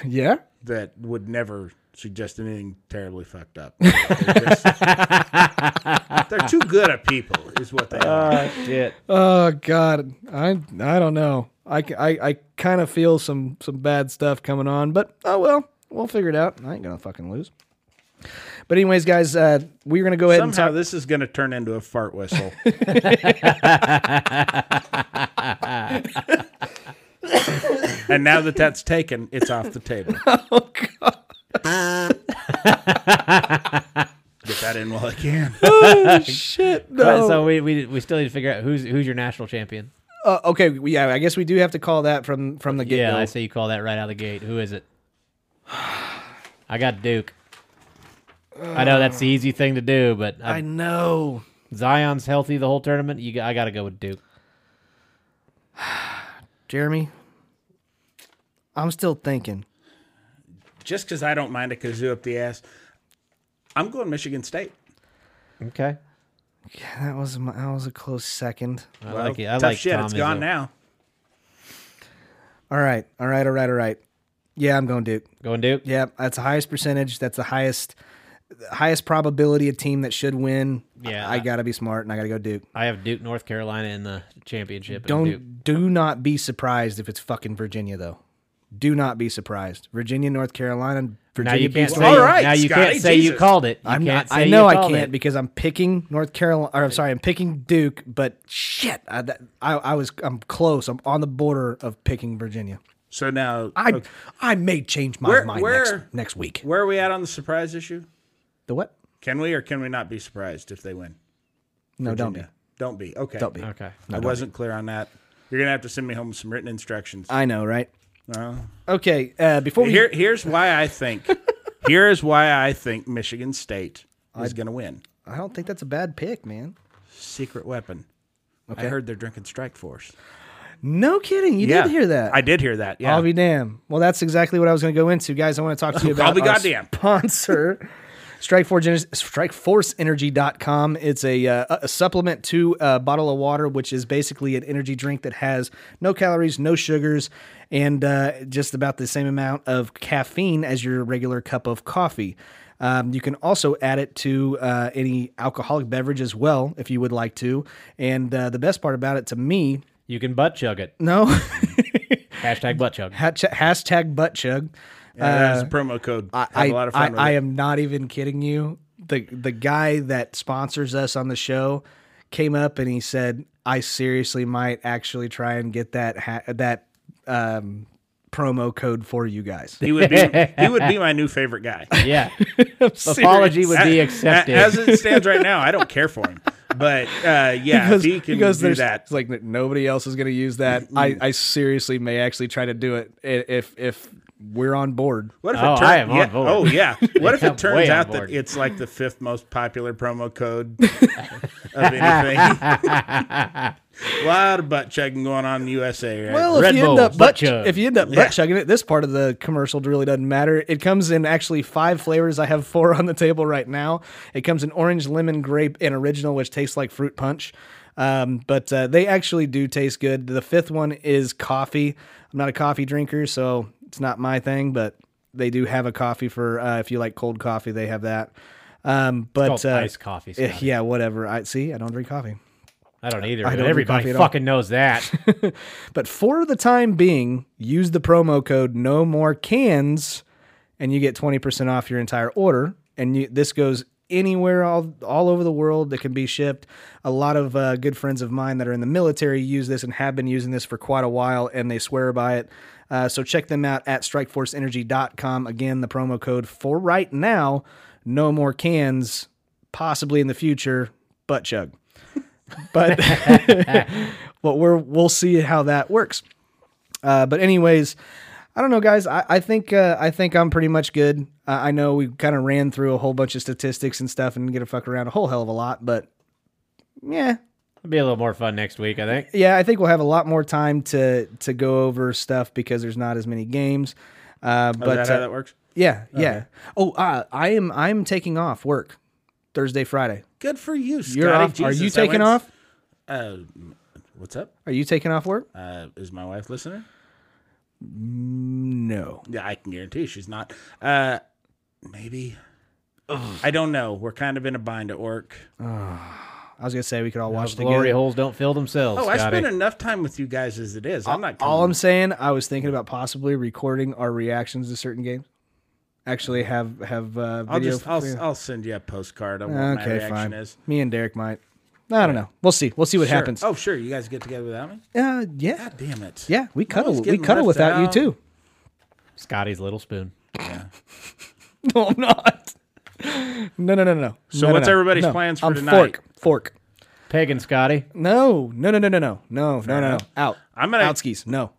Speaker 1: Yeah.
Speaker 2: that would never suggest anything terribly fucked up. They're, just- they're too good at people, is what they are.
Speaker 3: Shit.
Speaker 1: Oh God, I I don't know. I, c- I, kind of feel some some bad stuff coming on, but oh well, we'll figure it out. I ain't gonna fucking lose. But anyways, guys, uh, we're gonna go ahead and
Speaker 2: Somehow
Speaker 1: talk.
Speaker 2: this is going to turn into a fart whistle. and now that that's taken, it's off the table.
Speaker 1: Oh, God.
Speaker 2: Get that in while I can.
Speaker 1: Shit,
Speaker 3: But,
Speaker 1: no.
Speaker 3: so we, we we still need to figure out who's who's your national champion.
Speaker 1: Uh, okay, we- yeah, I guess we do have to call that from from the get
Speaker 3: Yeah,
Speaker 1: go.
Speaker 3: I say you call that right out of the gate. Who is it? I got Duke. I know that's the
Speaker 2: Uh,
Speaker 3: easy thing to do, but I,
Speaker 1: know.
Speaker 3: Zion's healthy the whole tournament. You, g- I got to go with Duke.
Speaker 1: Jeremy, I'm still thinking.
Speaker 2: Just because I don't mind a kazoo up the ass, I'm going Michigan State.
Speaker 3: Okay,
Speaker 1: Yeah, that was my, that was a close second.
Speaker 3: I like it. I
Speaker 2: tough
Speaker 3: like
Speaker 2: shit.
Speaker 3: Tom
Speaker 2: it's gone
Speaker 3: Izzo.
Speaker 2: now.
Speaker 1: All right, all right, all right, all right. Yeah, I'm going Duke.
Speaker 3: Going Duke.
Speaker 1: Yeah, that's the highest percentage. That's the highest the highest probability a team that should win.
Speaker 3: Yeah.
Speaker 1: I, I gotta be smart and I gotta go Duke.
Speaker 3: I have Duke, North Carolina in the championship. and
Speaker 1: Don't
Speaker 3: Duke.
Speaker 1: do not be surprised if it's fucking Virginia though. Do not be surprised. Virginia, North Carolina,
Speaker 3: now
Speaker 1: Virginia.
Speaker 3: you can't
Speaker 1: beats
Speaker 3: say
Speaker 1: North-
Speaker 2: All right,
Speaker 3: now you
Speaker 2: Scotty,
Speaker 3: can't say you
Speaker 2: Jesus.
Speaker 3: called it. You
Speaker 1: I'm not.
Speaker 3: can't say
Speaker 1: I
Speaker 3: you
Speaker 1: know I
Speaker 3: called
Speaker 1: can't
Speaker 3: it.
Speaker 1: because I'm picking North Carolina. Or I'm sorry, I'm picking Duke. But shit, I, that, I, I was. I'm close. I'm on the border of picking Virginia.
Speaker 2: So now,
Speaker 1: I
Speaker 2: okay.
Speaker 1: I may change my
Speaker 2: Where-
Speaker 1: mind
Speaker 2: where-
Speaker 1: next next week.
Speaker 2: where are we at on the surprise issue?
Speaker 1: the what?
Speaker 2: Can we or can we not be surprised if they win?
Speaker 1: No, don't be.
Speaker 2: Yeah. Don't be. Okay.
Speaker 1: Don't be. Uh,
Speaker 3: Okay.
Speaker 2: I wasn't clear on that. You're gonna have to send me home some written instructions.
Speaker 1: I know, right?
Speaker 2: No.
Speaker 1: Okay. Uh, before we
Speaker 2: Here, here's why I think. here is why I think Michigan State is gonna win.
Speaker 1: I don't think that's a bad pick, man.
Speaker 2: Secret weapon. I heard they're drinking Strike Force.
Speaker 1: No kidding. You did hear that.
Speaker 2: I did hear that. Yeah.
Speaker 1: I'll be damned. Well, that's exactly what I was going to go into, guys. I want to talk to you about
Speaker 2: I'll be
Speaker 1: our
Speaker 2: goddamn.
Speaker 1: sponsor, Strikeforce Ener- StrikeForceEnergy.com. It's a, uh, a supplement to a bottle of water, which is basically an energy drink that has no calories, no sugars, and uh, just about the same amount of caffeine as your regular cup of coffee. Um, you can also add it to uh, any alcoholic beverage as well if you would like to. And uh, the best part about it to me,
Speaker 3: You can butt chug it.
Speaker 1: no,
Speaker 3: Hashtag butt chug.
Speaker 1: Hatch- hashtag butt chug.
Speaker 2: That's a promo code.
Speaker 1: uh, I, I,
Speaker 2: Have a lot of fun
Speaker 1: I,
Speaker 2: with
Speaker 1: I
Speaker 2: it.
Speaker 1: am not even kidding you. The the guy that sponsors us on the show came up and he said, "I seriously might actually try and get that ha- that um, promo code for you guys."
Speaker 2: He would be he would be my new favorite guy.
Speaker 3: Yeah. Apology would be accepted.
Speaker 2: As it stands right now, I don't care for him. But uh, yeah, if he can do
Speaker 1: there's-
Speaker 2: that. Mm-hmm.
Speaker 1: it's like "N- nobody else is going to use that. I, I seriously may actually try to do it i- if if we're on board.
Speaker 2: What if
Speaker 3: Oh,
Speaker 2: it
Speaker 3: I
Speaker 2: turns?
Speaker 3: am on
Speaker 2: Yeah,
Speaker 3: board.
Speaker 2: oh yeah. What if
Speaker 3: Yeah, I'm
Speaker 2: it turns
Speaker 3: way on
Speaker 2: out
Speaker 3: board.
Speaker 2: that it's like the fifth most popular promo code of anything? a lot of butt chugging going on in the USA. Right?
Speaker 1: Well, if
Speaker 3: Red
Speaker 1: you
Speaker 3: Bull,
Speaker 1: end up
Speaker 3: butt
Speaker 1: butt,
Speaker 3: chug.
Speaker 1: if you end up
Speaker 2: Yeah.
Speaker 1: butt chugging it, this part of the commercial really doesn't matter. It comes in actually five flavors. I have four on the table right now. It comes in orange, lemon, grape, and original, which tastes like fruit punch. Um, but uh, they actually do taste good. The fifth one is coffee. I'm not a coffee drinker, so it's not my thing. But they do have a coffee for uh, if you like cold coffee, they have that. Um, but
Speaker 3: called
Speaker 1: uh,
Speaker 3: iced coffee,
Speaker 1: eh,
Speaker 3: Scotty.
Speaker 1: Yeah, whatever. I see. I don't drink coffee.
Speaker 3: I don't either.
Speaker 1: I don't
Speaker 3: but
Speaker 1: do coffee
Speaker 3: everybody
Speaker 1: at all.
Speaker 3: fucking knows that.
Speaker 1: But for the time being, use the promo code no more cans and you get 20% off your entire order. And you, this goes anywhere all, all over the world that can be shipped. A lot of uh, good friends of mine that are in the military use this and have been using this for quite a while and they swear by it. Uh, so check them out at strikeforceenergy.com. Again, the promo code for right now, no more cans, possibly in the future, butt chug. But but we're we'll see how that works. Uh, but anyways, I don't know, guys. I, I think uh, I think I'm pretty much good. Uh, I know we kind of ran through a whole bunch of statistics and stuff and didn't get to fuck around a whole hell of a lot, but yeah,
Speaker 3: It'll be a little more fun next week, I think.
Speaker 1: yeah. I think we'll have a lot more time to to go over stuff because there's not as many games. Uh,
Speaker 2: Is
Speaker 1: but
Speaker 2: that how
Speaker 1: uh,
Speaker 2: that works?
Speaker 1: yeah, yeah. Oh, uh, I am I'm taking off work Thursday, Friday.
Speaker 2: Good for you, Scotty.
Speaker 1: You're off. Are
Speaker 2: Jesus,
Speaker 1: you
Speaker 2: I
Speaker 1: taking
Speaker 2: went-
Speaker 1: off?
Speaker 2: Uh, what's up?
Speaker 1: Are you taking off work?
Speaker 2: Uh, is my wife listening?
Speaker 1: No.
Speaker 2: Yeah, I can guarantee she's not. Uh, maybe. I don't know. We're kind of in a bind at work.
Speaker 1: I was gonna say we could all watch
Speaker 3: Those
Speaker 1: the
Speaker 3: glory holes don't fill themselves,
Speaker 2: Oh, I
Speaker 3: Scotty.
Speaker 2: spend enough time with you guys as it is. I'm not.
Speaker 1: All
Speaker 2: coming-
Speaker 1: I'm saying, I was thinking about possibly recording our reactions to certain games. Actually, have have uh, video.
Speaker 2: I'll just. I'll,
Speaker 1: yeah.
Speaker 2: I'll send you a postcard on what my
Speaker 1: okay,
Speaker 2: reaction
Speaker 1: fine.
Speaker 2: is.
Speaker 1: Me and Derek might. I don't know. We'll see. We'll see what
Speaker 2: Sure.
Speaker 1: happens.
Speaker 2: Oh, sure. You guys get together without me?
Speaker 1: Uh, yeah,
Speaker 2: God damn it.
Speaker 1: yeah. We cuddle.
Speaker 2: always
Speaker 1: We
Speaker 2: getting
Speaker 1: cuddle
Speaker 2: left
Speaker 1: without you
Speaker 2: out.
Speaker 1: too.
Speaker 3: Scotty's little spoon.
Speaker 1: No, I'm not. No, no, no, no.
Speaker 2: So
Speaker 1: no, no,
Speaker 2: what's
Speaker 1: no.
Speaker 2: everybody's
Speaker 1: No.
Speaker 2: plans for
Speaker 1: I'm
Speaker 2: tonight?
Speaker 1: Fork, fork.
Speaker 3: Peg and Scotty.
Speaker 1: No, no, no, no, no, no, no, no, no, no.
Speaker 2: enough.
Speaker 1: Out.
Speaker 2: I'm gonna-
Speaker 1: out skis. No.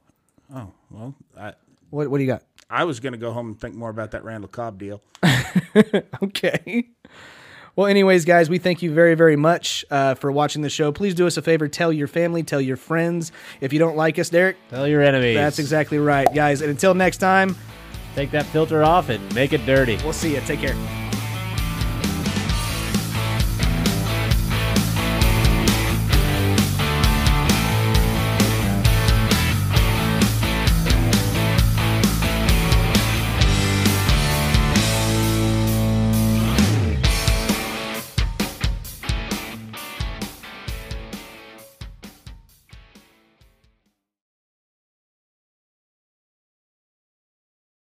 Speaker 2: Oh well, I,
Speaker 1: What What do you got?
Speaker 2: I was gonna go home and think more about that Randall Cobb deal.
Speaker 1: Okay. Well, anyways, guys, we thank you very, very much uh, for watching the show. Please do us a favor: tell your family, tell your friends. If you don't like us, Derek,
Speaker 3: Tell your enemies.
Speaker 1: that's exactly right, guys. And until next time,
Speaker 3: Take that filter off and make it dirty.
Speaker 1: we'll see you. Take care.